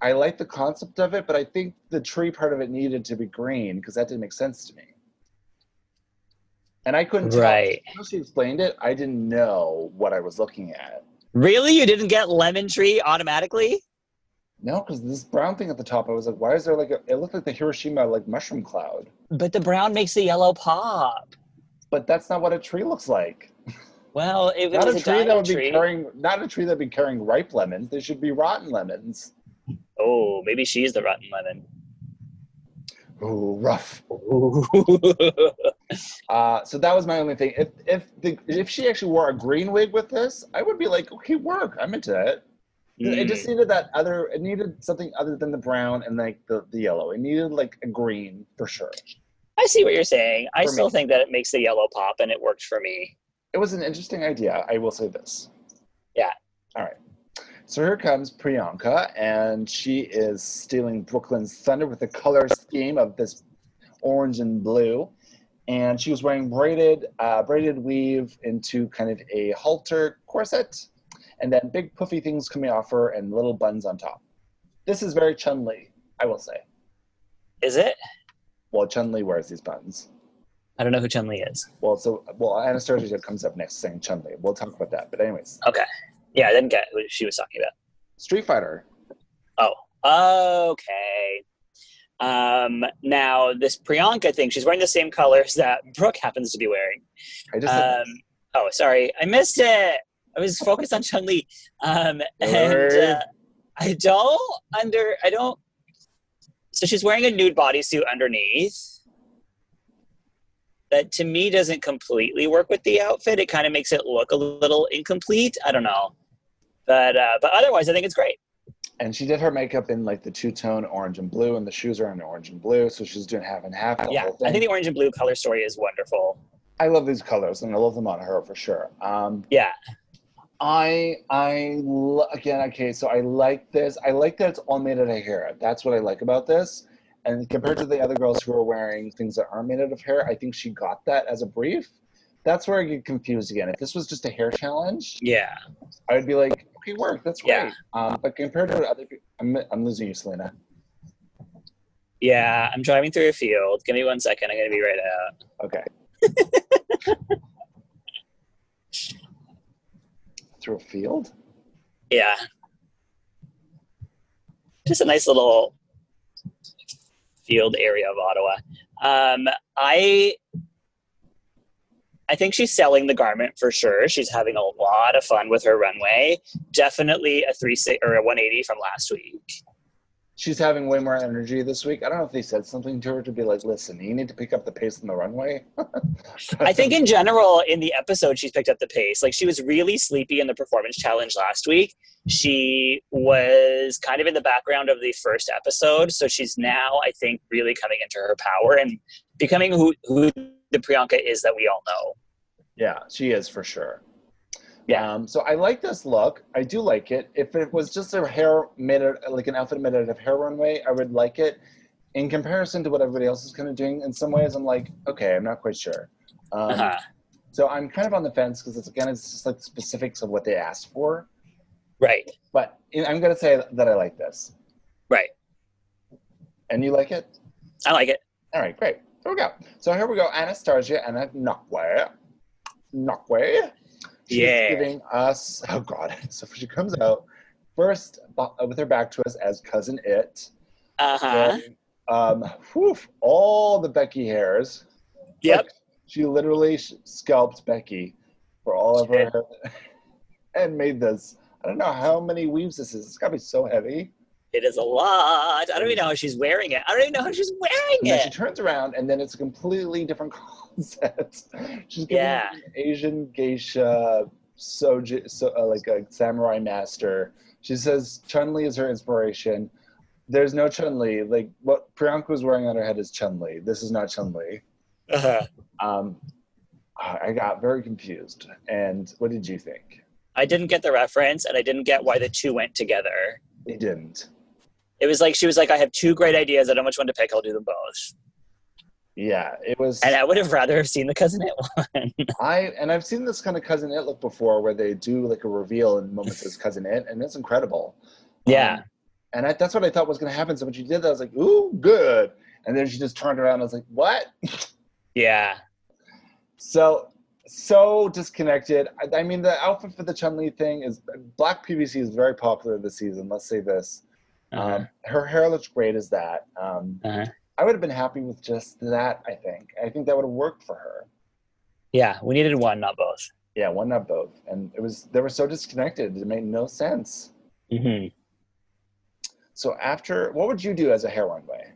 I like the concept of it, but I think the tree part of it needed to be green because that didn't make sense to me. And I couldn't tell.
Right.
Until she explained it, I didn't know what I was looking at.
Really? You didn't get lemon tree automatically?
No, because this brown thing at the top, I was like, why is there like a, it looked like the Hiroshima like mushroom cloud,
But the brown makes the yellow pop.
but that's not what a tree looks like.
Well, if it
Not
was
a
a
tree that
giant
would be
tree.
carrying, not a tree that would be carrying ripe lemons. They should be rotten lemons.
Oh, maybe she's the rotten lemon.
Ooh, rough. Uh, so that was my only thing. If if the if she actually wore a green wig with this, I would be like, okay, work. I'm into that. It just needed that other. It needed something other than the brown and like the, the yellow. It needed like a green for sure.
I see what you're saying. I
For
still
me.
think that it makes the yellow pop and it worked for me.
It was an interesting idea. I will say this.
Yeah.
All right. So here comes Priyanka, and she is stealing Brooklyn's thunder with the color scheme of this orange and blue. And she was wearing braided, uh, braided weave into kind of a halter corset, and then big puffy things coming off her and little buns on top. This is very Chun Li, I will say.
Is it?
Well, Chun Li wears these buns.
I don't know who Chun Li is.
Well, so well, Anastasia comes up next saying Chun Li. We'll talk about that. But anyways,
Yeah, I didn't get who she was talking about.
Street Fighter
Oh, okay. Um, now, this Priyanka thing, she's wearing the same colors that Brooke happens to be wearing.
I just
Um, oh, sorry, I missed it. I was focused on Chun Li, um, and uh,
Word.
I don't under I don't. So she's wearing a nude bodysuit underneath. That to me doesn't completely work with the outfit. It kind of makes it look a little incomplete. I don't know, but uh, but otherwise, I think it's great.
and she did her makeup in like the two tone orange and blue, and the shoes are in orange and blue, so she's doing half and half. The
Yeah,
whole
I
thing.
think the orange and blue color story is wonderful.
I love these colors, and I love them on her for sure. Um,
Yeah,
I I lo- again okay, so I like this. I like that it's all made out of hair. That's what I like about this. And compared to the other girls who are wearing things that aren't made out of hair, I think she got that as a brief. That's where I get confused again. If this was just a hair challenge,
yeah.
I would be like, okay, work, that's great.
Yeah.
Um, but compared to other, pe- I'm, I'm losing you, Selena.
Yeah, I'm driving through a field. Give me one second. I'm gonna be right out.
Okay. Through a field?
Yeah. Just a nice little field area of Ottawa. Um, I I think she's selling the garment for sure. She's having a lot of fun with her runway. Definitely a three or a one eighty from last week.
she's having way more energy this week. I don't know if they said something to her to be like, listen, you need to pick up the pace on the runway.
I think in general, in the episode, she's picked up the pace. Like she was really sleepy in the performance challenge last week. She was kind of in the background of the first episode, so she's now, I think, really coming into her power and becoming who who the Priyanka is that we all know.
Yeah, she is for sure.
Yeah.
Um, so I like this look. I do like it. If it was just a hair made out, like an outfit made out of hair runway, I would like it. In comparison to what everybody else is kind of doing, in some ways, I'm like, okay, I'm not quite sure. Um,
Uh-huh.
So I'm kind of on the fence because it's again, it's just like specifics of what they asked for.
Right.
But you know, I'm gonna say that I like this,
Right.
and you like it.
I like it.
All right, great. There we go. So here we go. Anastasia and Nockway. Nockway. She's
Yeah.
giving us, oh God. So she comes out first uh, with her back to us as Cousin It.
Uh huh.
And, Um, whew, all the Becky hairs.
Yep.
She literally sh- scalped Becky for all of
She
her
did.
and made this. I don't know how many weaves this is. It's got to be so heavy.
It is a lot. I don't even know how she's wearing it. I don't even know how she's wearing
And then she
it.
turns around, and then it's a completely different concept. She's giving
Yeah.
an Asian geisha, soju, so, uh, like a samurai master. She says Chun Li is her inspiration. There's no Chun Li. Like what Priyanka was wearing on her head is Chun Li. This is not Chun Li.
Uh-huh.
Um, I I got very confused. And what did you think?
I didn't get the reference, and I didn't get why the two went together.
You didn't.
It was like she was like, "I have two great ideas. I don't know which one to pick. I'll do them both."
Yeah, it was.
And I would have rather have seen the cousin it one.
I and I've seen this kind of cousin it look before, where they do like a reveal in moments as cousin it, and it's incredible.
yeah.
Um, and I, that's what I thought was going to happen. So when she did that, I was like, "Ooh, good!" And then she just turned around. and I was like, "What?"
Yeah.
So so disconnected. I, I mean, the outfit for the Chun Li thing is black PVC is very popular this season. Let's say this.
Uh-huh.
Um, her hair looks great as that. Um,
Uh-huh.
I would have been happy with just that. I think. I think that would have worked for her.
yeah. We needed one, not both.
Yeah, one not both. And it was they were so disconnected. It made no sense.
hmm
So after, what would you do as a hair runway?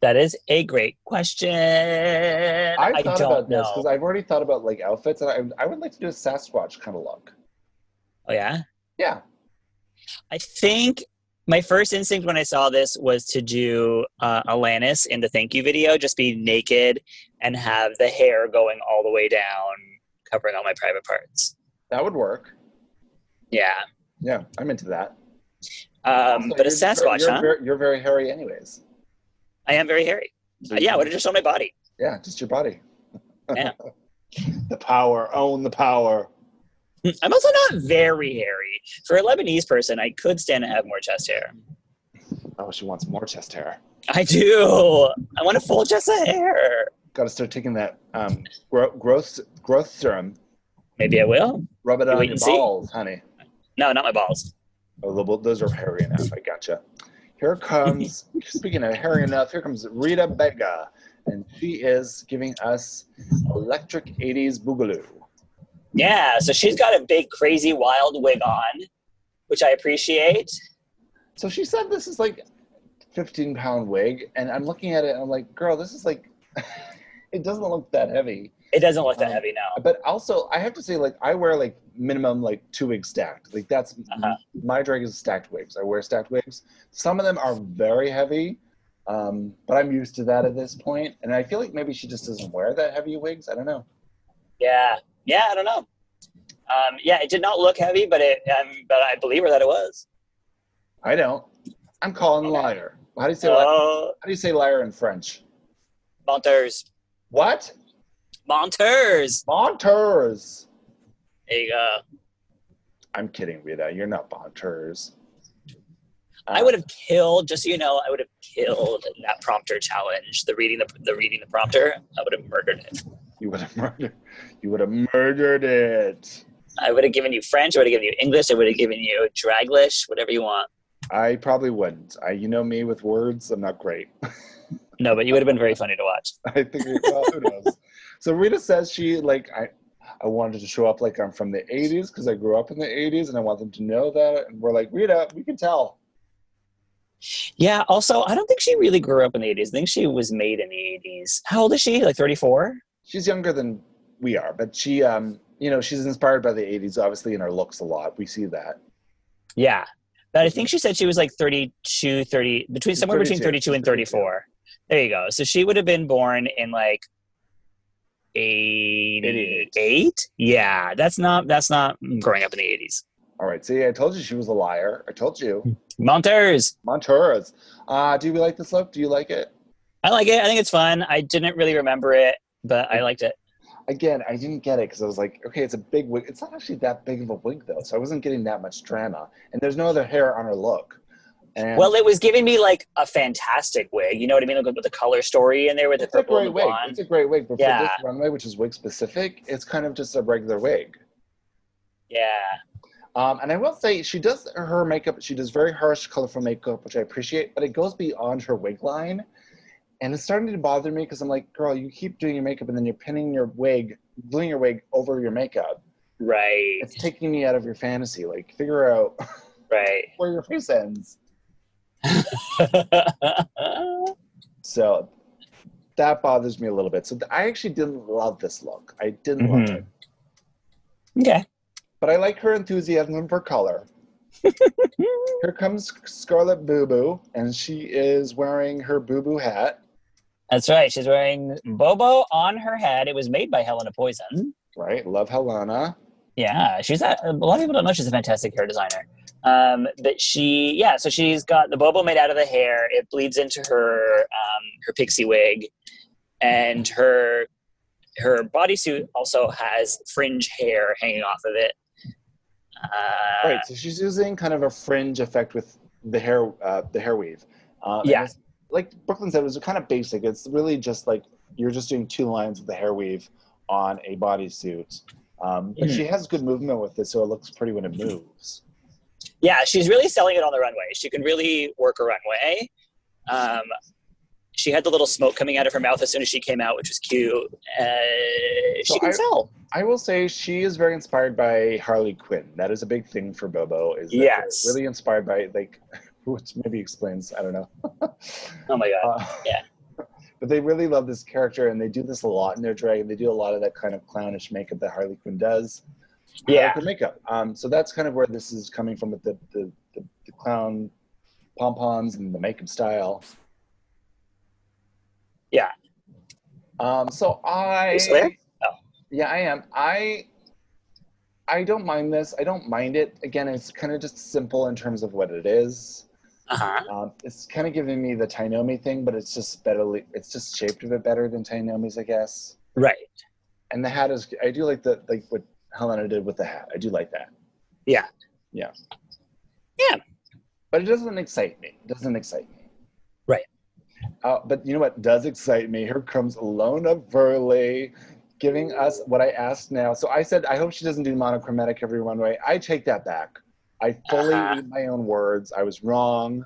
That is a great question. I,
I've thought
don't
about this
know.
because I've already thought about like outfits, and I, I would like to do a Sasquatch kind of look.
oh yeah.
Yeah,
I think my first instinct when I saw this was to do uh, Alanis in the thank you video, just be naked and have the hair going all the way down, covering all my private parts.
that would work.
Yeah.
Yeah, I'm into that.
Um,
Also,
but a
you're ver-
Sasquatch,
you're,
huh?
ver- you're very hairy, anyways.
I am very hairy.
So
Uh,
you-
yeah, I would have just shown my body.
yeah, just your body.
Yeah.
the power, own the power.
Mm, I'm also not very hairy. For a Lebanese person, I could stand to have more chest hair.
Oh, she wants more chest hair.
I do. I want a full chest of hair.
Got to start taking that um, gro- growth growth serum.
Maybe I will.
Rub it
You
on
wait
your
and see.
balls, honey.
No, not my balls.
Oh, the- well, those are hairy enough. I gotcha. Here comes, speaking of hairy enough, here comes Rita Bega. And she is giving us electric 80s boogaloo.
Yeah, so she's got a big, crazy, wild wig on, which I appreciate.
So she said this is like 15 pound wig. And I'm looking at it and I'm like, girl, this is like, it doesn't look that heavy.
It doesn't look that
Um,
heavy now.
But also, I have to say, like, I wear like minimum like two wigs stacked. Like, that's
Uh-huh.
my drag is stacked wigs. I wear stacked wigs. Some of them are very heavy, um, but I'm used to that at this point. And I feel like maybe she just doesn't wear that heavy wigs. I don't know.
Yeah, yeah, I don't know. Um, yeah, it did not look heavy, but it, um, but I believe her that it was.
I don't. I'm calling liar. How do you say liar?
Oh,
How do you say liar in French?
monteurs,
What?
monteurs.
Monteurs.
There you go.
I'm kidding, Rita. You're not monteurs.
I would have killed. Just so you know, I would have killed that prompter challenge. The reading the the reading the prompter. I would have murdered it.
You would have murdered. You would have murdered it.
I would have given you French. I would have given you English. I would have given you Draglish. Whatever you want.
I probably wouldn't. I, you know me with words. I'm not great.
No, but you would have been very funny to watch.
I think we, well, who knows. So Rita says she like I, I wanted to show up like I'm from the '80s because I grew up in the '80s and I want them to know that. And we're like Rita, we can tell.
Yeah. Also, I don't think she really grew up in the 80s. I think she was made in the 80s. How old is she? Like 34?
She's younger than we are, but she, um, you know, she's inspired by the 80s, obviously, in her looks a lot. We see that.
Yeah. But I think she said she was like 32, 30, between somewhere between
32,
32 and 34. There you go. So she would have been born in like 88. Yeah. That's not, that's not growing up in the 80s.
All right. See, I told you she was a liar. I told you.
Monters.
Monturas. Uh, do we like this look? Do you like it?
I like it. I think it's fun. I didn't really remember it, but I liked it.
Again, I didn't get it because I was like, okay, it's a big wig. It's not actually that big of a wig, though. So I wasn't getting that much drama. And there's no other hair on her look. And
Well, it was giving me like a fantastic wig. You know what I mean? Like with the color story in there with the
it's a
purple and the
great wig.
blonde.
It's a great wig. But
Yeah.
for this runway, which is wig specific, it's kind of just a regular wig.
Yeah.
Um, and I will say, she does her makeup. She does very harsh, colorful makeup, which I appreciate, but it goes beyond her wig line, and it's starting to bother me because I'm like, girl, you keep doing your makeup, and then you're pinning your wig, gluing your wig over your makeup.
Right.
It's taking me out of your fantasy. Like, figure out
Right.
where your face ends. So that bothers me a little bit. So th- I actually didn't love this look. I didn't love
Mhm.
it,
okay.
but I like her enthusiasm for color. Here comes Scarlet Boo Boo, and she is wearing her Boo Boo hat.
That's right. She's wearing Bobo on her head. It was made by Helena Poison.
right? Love Helena.
Yeah, she's a, a lot of people don't know she's a fantastic hair designer. Um, but she, yeah, so she's got the bobo made out of the hair. It bleeds into her um, her pixie wig, and her her bodysuit also has fringe hair hanging off of it. Uh,
right, so she's using kind of a fringe effect with the hair, uh, the hair weave. Uh, and
Yeah.
it's- like Brooklyn said, it was kind of basic. It's really just like you're just doing two lines of the hair weave on a bodysuit. Um, but she has good movement with it, so it looks pretty when it moves.
yeah, she's really selling it on the runway. She can really work a runway. Um, she had the little smoke coming out of her mouth as soon as she came out, which was cute. Uh,
So
she can
I-
sell.
I will say she is very inspired by Harley Quinn. That is a big thing for Bobo. Is that they're
Yes.
really inspired by like, which maybe explains I don't know.
Oh my god.
Uh,
Yeah.
But they really love this character, and they do this a lot in their drag. They do a lot of that kind of clownish makeup that Harley Quinn does. Harley
Yeah.
Quinn makeup. Um, so that's kind of where this is coming from with the the, the, the clown pom poms and the makeup style.
Yeah.
Um, so I.
You still there? Oh.
Yeah, I am. I. I don't mind this. I don't mind it. Again, it's kind of just simple in terms of what it is.
Uh huh.
Um, it's kind of giving me the Tainomi thing, but it's just better. It's just shaped a bit better than Tainomi's, I guess.
Right.
And the hat is. I do like the like what Helena did with the hat. I do like that.
Yeah.
Yeah.
Yeah.
But it doesn't excite me. It doesn't excite me.
Right.
Uh, but you know what does excite me? Here comes Lona Verley giving us what I asked now. So I said, I hope she doesn't do monochromatic every runway. I take that back. I fully
Uh-huh.
eat my own words. I was wrong.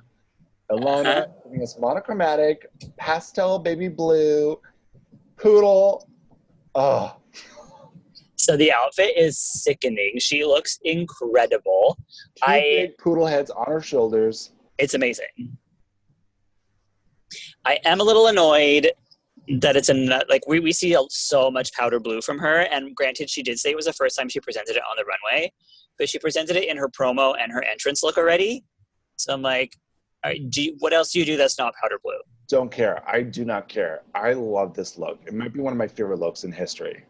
Alona
Uh-huh.
giving us monochromatic, pastel, baby blue, poodle. Oh,
So the outfit is sickening. She looks incredible.
two
I-
big poodle heads on her shoulders.
It's amazing. I am a little annoyed that it's in like we, we see so much powder blue from her and granted she did say it was the first time she presented it on the runway but she presented it in her promo and her entrance look already so i'm like all right, do you, what else do you do that's not powder blue
Don't care. I do not care. I love this look. It might be one of my favorite looks in history.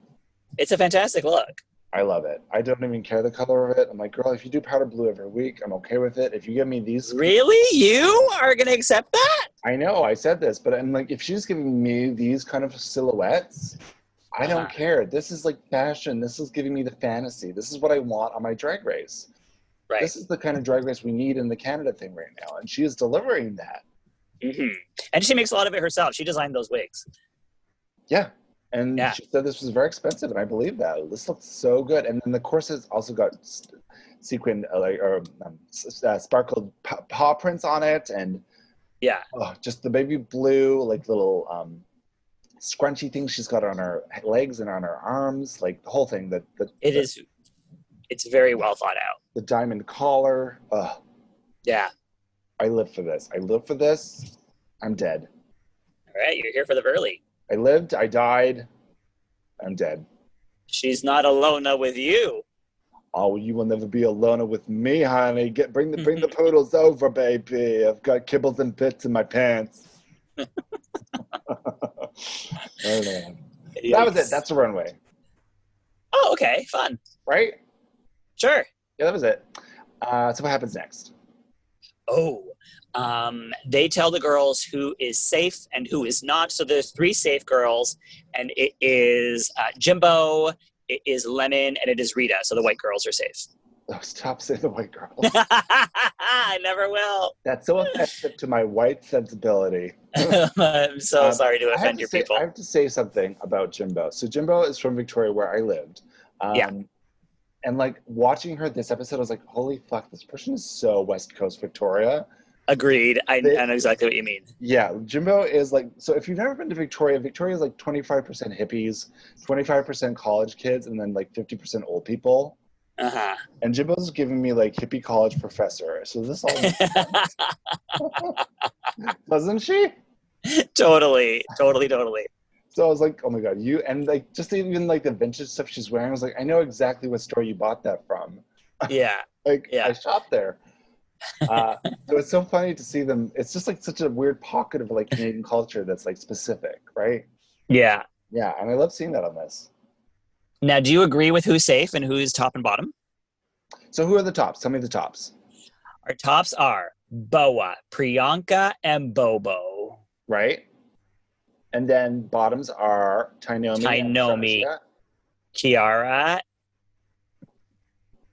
it's a fantastic look
I love it. I don't even care the color of it. I'm like, girl, if you do powder blue every week, I'm okay with it. If you give me these,
really you are gonna accept that
I know I said this, but I'm like, if she's giving me these kind of silhouettes, I don't
Uh-huh.
care. This is like fashion. This is giving me the fantasy. This is what I want on my drag race.
right
This is the kind of drag race we need in the Canada thing right now. And she is delivering that.
hmm and she makes a lot of it herself she designed those wigs
Yeah. And
Yeah.
she said this was very expensive, and I believe that. This looks so good. And then the corsets also got s- sequined uh, like, or um, s- uh, sparkled pa- paw prints on it, and
Yeah.
oh, just the baby blue like little um, scrunchy things she's got on her legs and on her arms, like the whole thing. The the,
it is it's very well thought out
the diamond collar. Ugh.
yeah
I live for this. I live for this. I'm dead.
All right, you're here for the early.
I lived. I died. I'm dead.
She's not alone uh, with you.
Oh, you will never be alone with me, honey. Get bring the bring the poodles over, baby. I've got kibbles and bits in my pants. Oh, man. That was it.
Yikes.
That's the runway,
oh, okay. Fun.
right?
Sure.
Yeah, that was it. Uh, so what happens next?
Oh, um, they tell the girls who is safe and who is not. So there's three safe girls, and it is uh, Jimbo, it is Lemon, and it is Rita. So the white girls are safe.
Oh, stop saying the white girl.
I never will.
That's so offensive to my white sensibility.
I'm so
Um,
sorry to
I have
offend
to
your
say-
people.
I have to say something about Jimbo. So Jimbo is from Victoria, where I lived. Um,
Yeah.
And like watching her this episode, I was like, "Holy fuck, this person is so West Coast Victoria."
Agreed. I,
They-
I know exactly what you mean.
Yeah, Jimbo is like. So if you've never been to Victoria, Victoria is like twenty five percent hippies, twenty five percent college kids, and then like fifty percent old people.
Uh
And Jimbo's giving me like hippie college professor. So this all
huh.
doesn't she?
totally. Totally. Totally.
So I was like, oh my god, you and like just even like the vintage stuff she's wearing. I was like, I know exactly what store you bought that from.
Yeah.
Like
Yeah.
I shopped there. Uh, so it's so funny to see them. It's just like such a weird pocket of like Canadian culture that's like specific, right?
Yeah.
Yeah, and I love seeing that on this.
Now, do you agree with who's safe and who's top and bottom?
So who are the tops? Tell me the tops.
Our tops are Boa, Priyanka, and Bobo.
right? And then bottoms are Tainomi. and
Tainomi.
Sasha.
Kiara.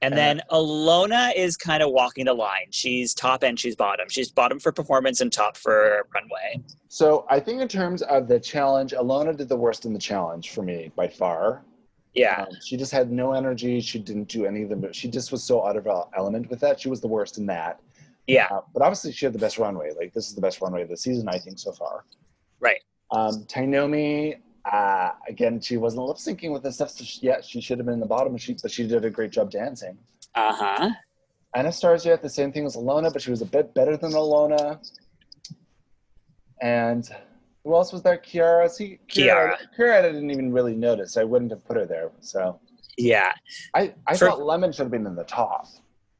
And
Uh,
then Alona is kind of walking the line. She's top and she's bottom. She's bottom for performance and top for runway.
So I think in terms of the challenge, Alona did the worst in the challenge for me by far.
Yeah.
Um, she just had no energy. She didn't do any of the. She just was so out of el- element with that. She was the worst in that.
Yeah.
Uh, but obviously, she had the best runway. Like this is the best runway of the season, I think, so far.
Right.
Um, Tainomi. Uh, again, she wasn't lip syncing with the stuff. So she, yeah, she should have been in the bottom. She, but she did a great job dancing.
Uh
Uh-huh.
huh.
Anastasia, the same thing as Alona, but she was a bit better than Alona. And who else was there? Kiara. See, Kiara. Kiara, I didn't even really notice. I wouldn't have put her there. So
Yeah.
I, I
For-
thought Lemon should have been in the top.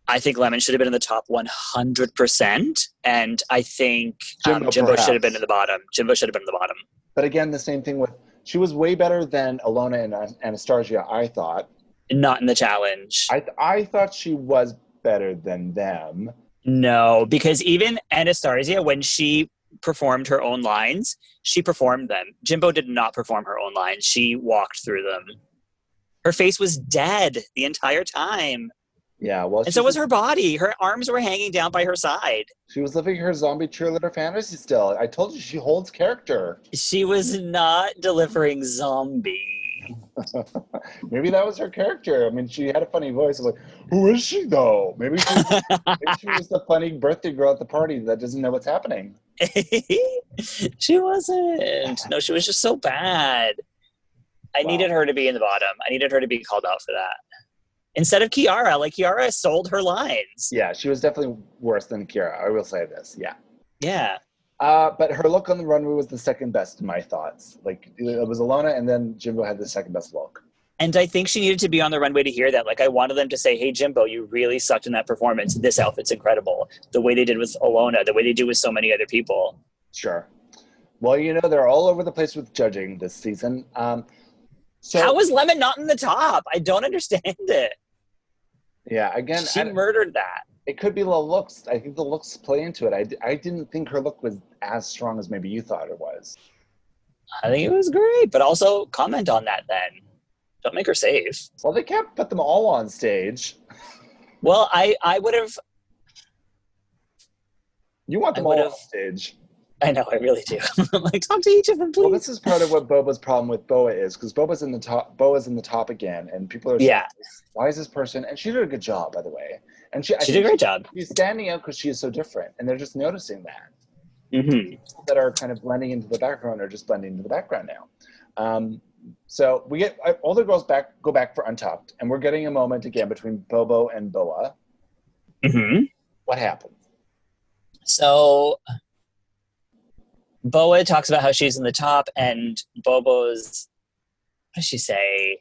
I think Lemon should have been in the top 100%. And I think um,
Jimbo
Jimbo should have
perhaps.
been in the bottom. Jimbo should have been in the bottom.
But again, the same thing with she was way better than Alona and An- Anastasia. I thought.
Not in the challenge.
I I thought she was better than them.
No, because even Anastasia, when she performed her own lines, she performed them. Jimbo did not perform her own lines. She walked through them. Her face was dead the entire time.
Yeah. Well,
And
she
so was her body. Her arms were hanging down by her side.
She was living her zombie cheerleader fantasy still. I told you she holds character.
She was not delivering zombie.
Maybe that was her character. I mean, she had a funny voice. I was like, who is she though? Maybe she, maybe she was the funny birthday girl at the party that doesn't know what's happening.
she wasn't. No, she was just so bad. I
Wow.
needed her to be in the bottom. I needed her to be called out for that. Instead of Kiara, like Kiara sold her lines.
Yeah, she was definitely worse than Kira. I will say this. Yeah.
Yeah.
Uh, but her look on the runway was the second best in my thoughts. Like it was Alona, and then Jimbo had the second best look.
And I think she needed to be on the runway to hear that. Like, I wanted them to say, hey, Jimbo, you really sucked in that performance. This outfit's incredible. The way they did with Alona, the way they do with so many other people.
Sure. Well, you know they're all over the place with judging this season. Um, so
How was Lemon not in the top? I don't understand it.
yeah, again,
she
I,
murdered that.
it could be the looks. I think the looks play into it. I, d- I didn't think her look was as strong as maybe you thought it was.
I think it was great. But also, comment on that then. Don't make her safe.
Well, they can't put them all on stage.
Well, I I would have.
You want
I
them all on
would've-
stage.
I know, I really do. I'm like, talk to each of them,
Well,
please.
this is part of what Boba's problem with Boa is because Boba's in the top. Boa's in the top again, and people are saying,
Yeah.
"Why is this person?" And she did a good job, by the way. And she, I
she did a
think
great job.
She's standing out because she is so different, and they're just noticing that.
hmm
People that are kind of blending into the background are just blending into the background now. Um, so we get all the girls back go back for Untucked, and we're getting a moment again between Bobo and Boa.
hmm
What happened?
So Boa talks about how she's in the top, and Bobo's. What does she say?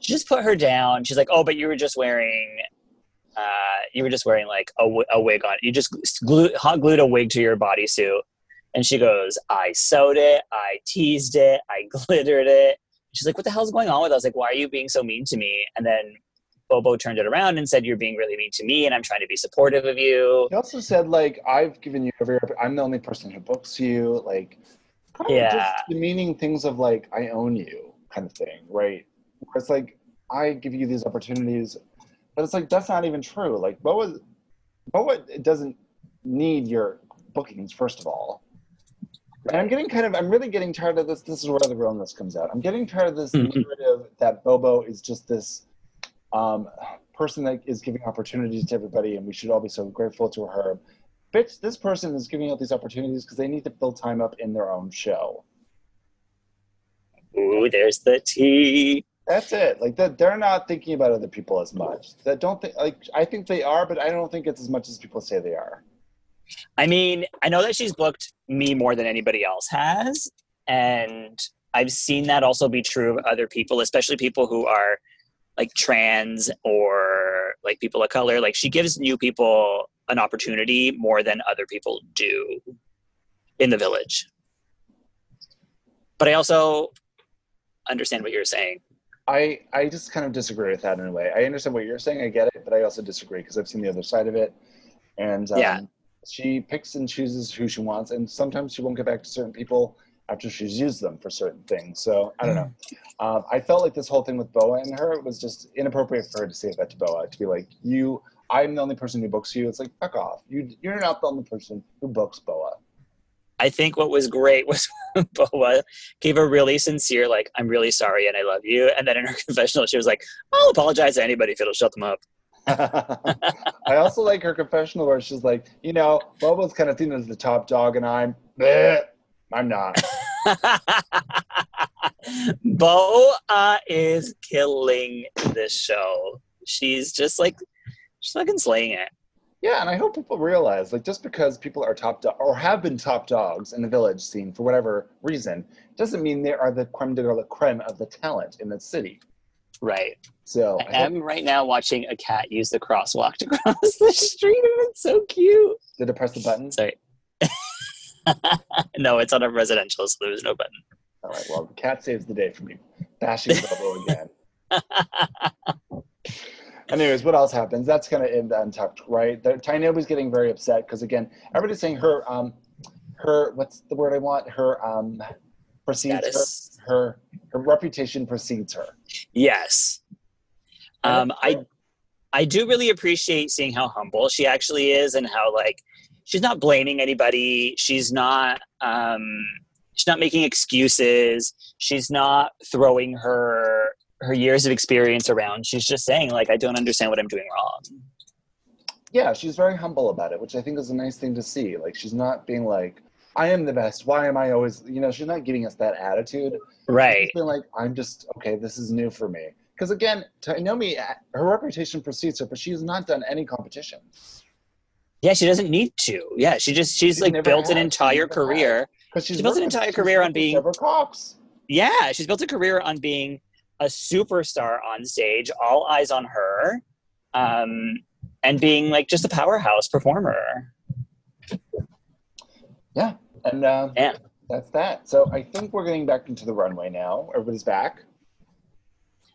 She just put her down. She's like, "Oh, but you were just wearing, uh, you were just wearing like a, wi- a wig on. You just glued, hot glued a wig to your bodysuit." And she goes, "I sewed it. I teased it. I glittered it." She's like, "What the hell's going on with us? Like, why are you being so mean to me?" And then Bobo turned it around and said, "You're being really mean to me, and I'm trying to be supportive of you."
He also said, like, I've given you every, I'm the only person who books you. Like, kind of
Yeah.
just demeaning things of, like, I own you kind of thing, right? Where it's like, I give you these opportunities, but it's like, that's not even true. Like, Boa, Boa doesn't need your bookings, first of all. And I'm getting kind of, I'm really getting tired of this. This is where the realness comes out. I'm getting tired of this
Mhm.
narrative that Bobo is just this um, person that is giving opportunities to everybody, and we should all be so grateful to her. Bitch, this person is giving out these opportunities because they need to fill time up in their own show.
Ooh, there's the tea.
That's it. Like that, they're not thinking about other people as much. That don't think like I think they are, but I don't think it's as much as people say they are.
I mean, I know that she's booked me more than anybody else has, and I've seen that also be true of other people, especially people who are like trans or like people of color. Like she gives new people an opportunity more than other people do in the village. But I also understand what you're saying.
I I just kind of disagree with that in a way. I understand what you're saying. I get it, but I also disagree because I've seen the other side of it. And um,
Yeah.
she picks and chooses who she wants, and sometimes she won't get back to certain people after she's used them for certain things. So I don't know. Um, I felt like this whole thing with Boa and her was just inappropriate for her to say that to Boa to be like, "You, I'm the only person who books you." It's like, fuck off. You you're not the only person who books Boa.
I think what was great was Boa gave a really sincere, like, I'm really sorry and I love you. And then in her confessional, she was like, I'll apologize to anybody if it'll shut them up.
I also like her confessional where she's like, you know, Bobo's kind of seen as the top dog, and I'm, bleh, I'm not.
Boa is killing this show. She's just like, she's fucking slaying it.
Yeah, and I hope people realize, like, just because people are top dog or have been top dogs in the village scene for whatever reason, doesn't mean they are the creme de la creme of the talent in the city.
Right.
So
I
I hope-
am right now watching a cat use the crosswalk to cross the street, and it's so cute.
did it press the button?
Sorry. no, it's on a residential, so there's no button.
All right, well, the cat saves the day for me bashing Bobo again. Anyways, what else happens? That's kind of in the Untucked, right? The, Tainobi's getting very upset because again, everybody's saying her, um, her, what's the word I want? Her, um, precedes
Status.
her, her, her reputation precedes her.
Yes. Um, I I do really appreciate seeing how humble she actually is and how like she's not blaming anybody. She's not um, she's not making excuses. She's not throwing her her years of experience around. She's just saying like I don't understand what I'm doing wrong.
Yeah, she's very humble about it, which I think is a nice thing to see. Like, she's not being like, I am the best. Why am I always, you know, she's not giving us that attitude.
Right.
It's been like, I'm just okay. This is new for me. Because again, Tainomi, uh, her reputation precedes her, but she has not done any competition.
Yeah, she doesn't need to. Yeah, she just she's
She
like
never
built an
has. She
entire
never has.
career
Because she's
She built an
worked with-
entire
she's
career on
worked with
being-
Deborah Cox.
Yeah, she's built a career on being a superstar on stage, all eyes on her, um, and being like just a powerhouse performer.
And uh,
Yeah.
that's that. So I think we're getting back into the runway now. Everybody's back.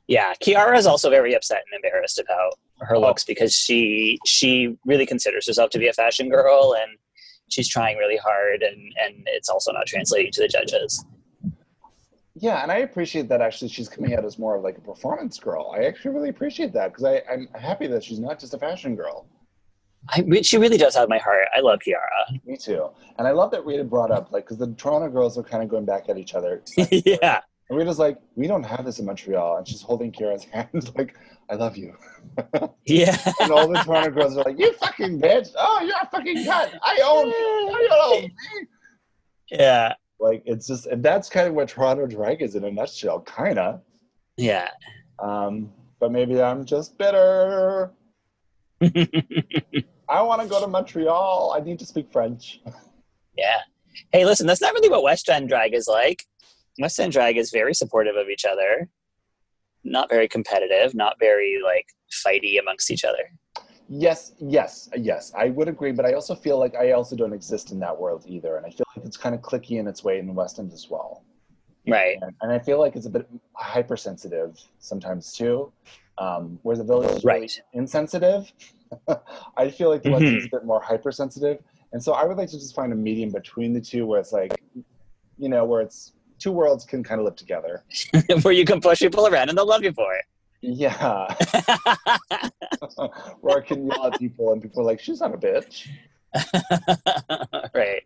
Yeah, Kiara is also very upset and embarrassed about her looks because she she really considers herself to be a fashion girl and she's trying really hard and and it's also not translating to the judges.
Yeah, and I appreciate that actually she's coming out as more of like a performance girl. I actually really appreciate that because I'm happy that she's not just a fashion girl.
I re- she really does have my heart. I love Kiara.
Me too. And I love that Rita brought up like because the Toronto girls are kind of going back at each other.
yeah.
And Rita's like, we don't have this in Montreal. And she's holding Kira's hand, like, I love you.
Yeah.
And all the Toronto girls are like, you fucking bitch. Oh, you're a fucking cunt. I own you. I own me.
Yeah.
Like, it's just, and that's kind of what Toronto drag is in a nutshell, kind of.
Yeah.
Um, but maybe I'm just bitter. I want to go to Montreal. I need to speak French.
Yeah. Hey, listen, that's not really what West End drag is like. West End drag is very supportive of each other, not very competitive, not very like fighty amongst each other.
Yes, yes, yes. I would agree, but I also feel like I also don't exist in that world either, and I feel like it's kind of clicky in its way in the West End as well.
Right.
And, and I feel like it's a bit hypersensitive sometimes too, um, where the village is really
Right.
insensitive. I feel like the West End
Mhm.
is a bit more hypersensitive, and so I would like to just find a medium between the two, where it's like, you know, where it's two worlds can kind of live together.
Where you can push people around and they'll love you for it.
Yeah, where I can yell at people, and people are like, "She's not a bitch."
right.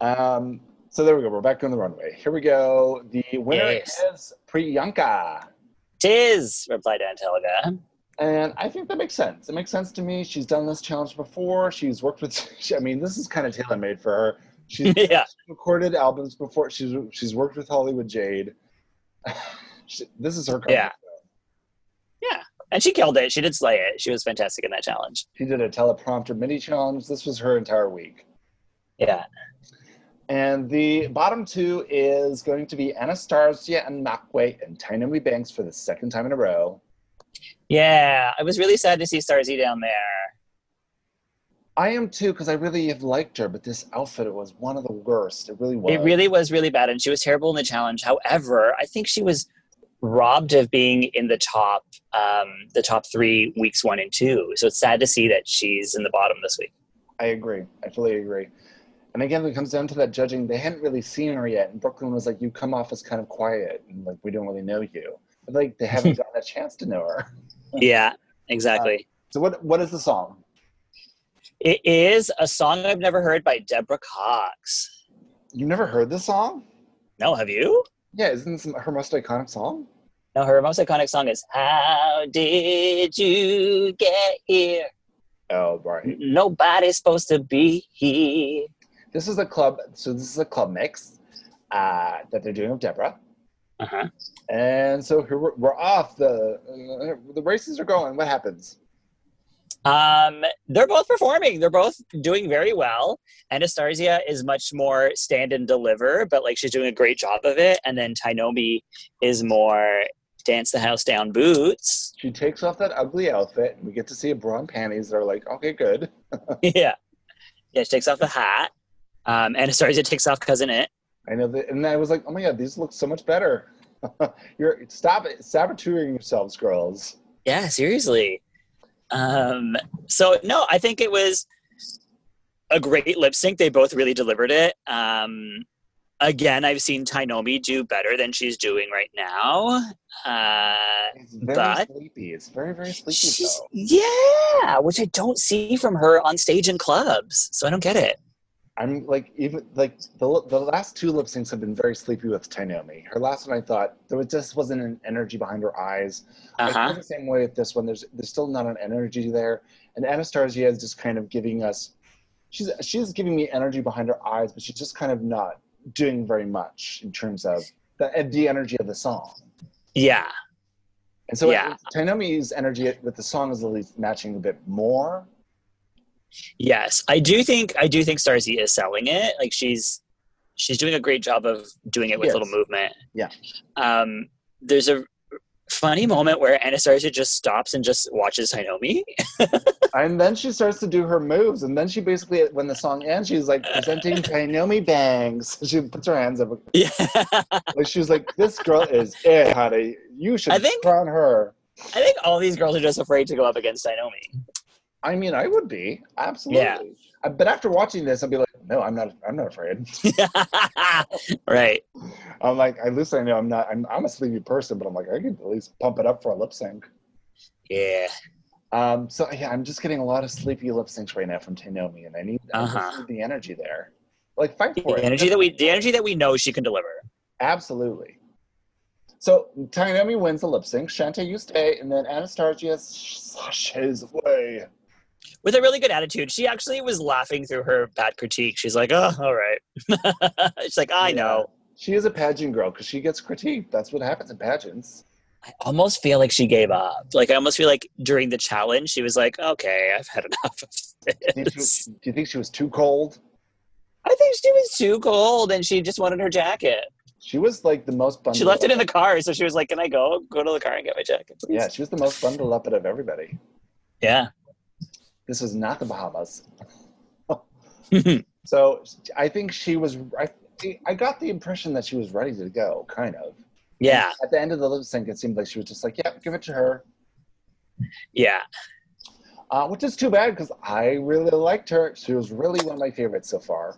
Um, so there we go. We're back on the runway. Here we go. The winner
Yes.
is Priyanka.
Tis, replied Antelica.
And I think that makes sense. It makes sense to me. She's done this challenge before. She's worked with, I mean, this is kind of tailor made for her. She's
yeah.
recorded albums before. She's she's worked with Hollywood Jade. She- this is her. comfort
Yeah.
zone.
And she killed it. She did slay it. She was fantastic in that challenge.
She did a teleprompter mini challenge. This was her entire week.
Yeah.
And the bottom two is going to be Anastasia and Makwe and Tainami Banks for the second time in a row.
Yeah. I was really sad to see Starzy down there.
I am too, because I really have liked her, but this outfit it was one of the worst. It really was.
It really was really bad. And she was terrible in the challenge. However, I think she was robbed of being in the top um, the top three weeks one and two. So it's sad to see that she's in the bottom this week.
I agree. I fully agree. And again, when it comes down to that judging, they hadn't really seen her yet. And Brooklyn was like, You come off as kind of quiet and like we don't really know you. But like they haven't gotten a chance to know her.
Yeah, exactly.
So what what is the song?
Um, It is a song I've never heard by Deborah Cox.
You've never heard this song?
No, have you?
Yeah, isn't this her most iconic song?
No, her most iconic song is How Did You Get Here?
Oh right.
Nobody's supposed to be here.
This is a club so this is a club mix uh, that they're doing with Deborah.
Uh-huh.
And so here we're, we're off. The uh, the races are going. What happens?
Um, they're both performing. They're both doing very well. Anastasia is much more stand and deliver, but like she's doing a great job of it. And then Tainomi is more dance the house down boots.
She takes off that ugly outfit, and we get to see a bra and panties that are like, okay, good.
yeah. Yeah, she takes off the hat. Um, Anastasia takes off cousin it.
I know that, and I was like, oh my god, these look so much better. You're stop it, saboteuring yourselves, girls.
Yeah, seriously. Um, so no, I think it was a great lip sync. They both really delivered it. Um, again, I've seen Tainomi do better than she's doing right now. Uh,
It's very
But-
sleepy. It's very very sleepy
she's
though.
yeah, which I don't see from her on stage in clubs. So I don't get it.
I'm like even like the the last two lip syncs have been very sleepy with Tainomi. Her last one, I thought there was just wasn't an energy behind her eyes.
Uh
I
huh.
feel the same way with this one. There's there's still not an energy there, and Anastasia is just kind of giving us. She's she's giving me energy behind her eyes, but she's just kind of not doing very much in terms of the and the energy of the song.
Yeah.
And so
Yeah.
yeah. Tainomi's energy with the song is at least matching a bit more.
Yes, I do think I do think Starzy is selling it. Like she's she's doing a great job of doing it with
Yes.
little movement.
Yeah.
Um, there's a funny moment where Anastasia just stops and just watches Tainomi.
And then she starts to do her moves, and then she basically when the song ends, she's like presenting Tainomi bangs. She puts her hands up
yeah.
like she's like, "This girl is it, honey. You should
I think-
crown her."
I think all these girls are just afraid to go up against Tainomi.
I mean, I would be absolutely. I- But after watching this, I'd be like, no, I'm not. I'm not afraid.
right.
I'm like, at least I know I'm not. I'm, I'm a sleepy person, but I'm like, I could at least pump it up for a lip sync.
Yeah.
Um, so yeah, I'm just getting a lot of sleepy lip syncs right now from Tainomi, and I need, I just
Uh-huh.
need the energy there. Like, fight
The
for it.
energy that we the energy that we know she can deliver.
Absolutely. So Tainomi wins the lip sync. Shantae, you stay, and then Anastasia sashes away.
With a really good attitude. She actually was laughing through her bad critique. She's like, oh, all right. She's like, I
Yeah.
know.
She is a pageant girl because she gets critiqued. That's what happens in pageants.
I almost feel like she gave up. Like I almost feel like during the challenge she was like, "Okay, I've had enough of
Did you,
this."
do you think she was too cold?
I think she was too cold and she just wanted her jacket.
She was like the most bundled.
She left it in
up.
the car, so she was like, "Can I go? Go to the car and get my jacket, please."
Yeah, she was the most bundled up out of everybody.
Yeah.
This was not the Bahamas.
Mhm.
So I think she was. I, I got the impression that she was ready to go, kind of.
yeah.
At the end of the lip sync, it seemed like she was just like, "Yeah, give it to her,"
Yeah.
uh, which is too bad because I really liked her. She was really one of my favorites so far.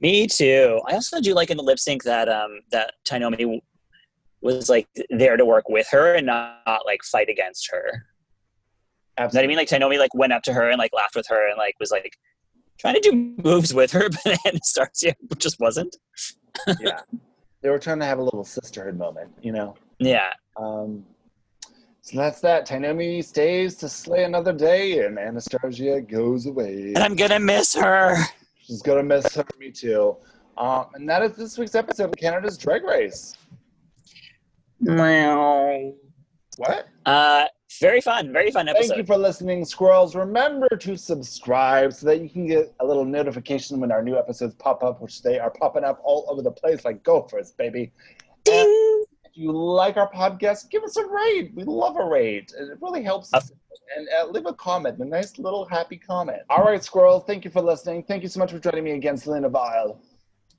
Me too. I also do like in the lip sync that um that Tainomi w- was like there to work with her and not, not, like fight against her. You know what I
Absolutely.
mean? Like Tainomi like went up to her and like laughed with her and like was like trying to do moves with her, but Anastasia just wasn't.
yeah, they were trying to have a little sisterhood moment, you know.
Yeah.
Um, so that's that. Tainomi stays to slay another day, and Anastasia goes away.
And I'm gonna miss her.
She's gonna miss her, me too. Um, and that is this week's episode of Canada's Drag Race.
Meow.
What?
Uh very fun, very fun episode.
Thank you for listening, squirrels. Remember to subscribe so that you can get a little notification when our new episodes pop up, which they are popping up all over the place like gophers, baby. And
Ding.
if you like our podcast, give us a rate. We love a rate. It really helps us. And uh, leave a comment, a nice little happy comment. All right, squirrel. Thank you for listening. Thank you so much for joining me again, Selena Vile.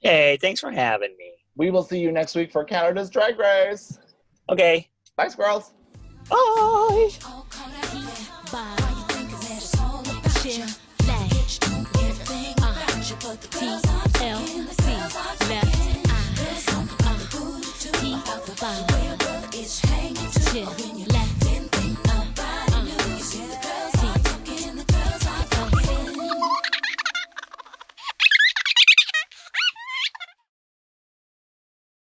Hey, thanks for having me.
We will see you next week for Canada's Drag Race.
Okay.
Bye, squirrels.
Bye.
all caught up in Why you think it's all about you? Bitch, don't give a thing about you, but the girls are talking.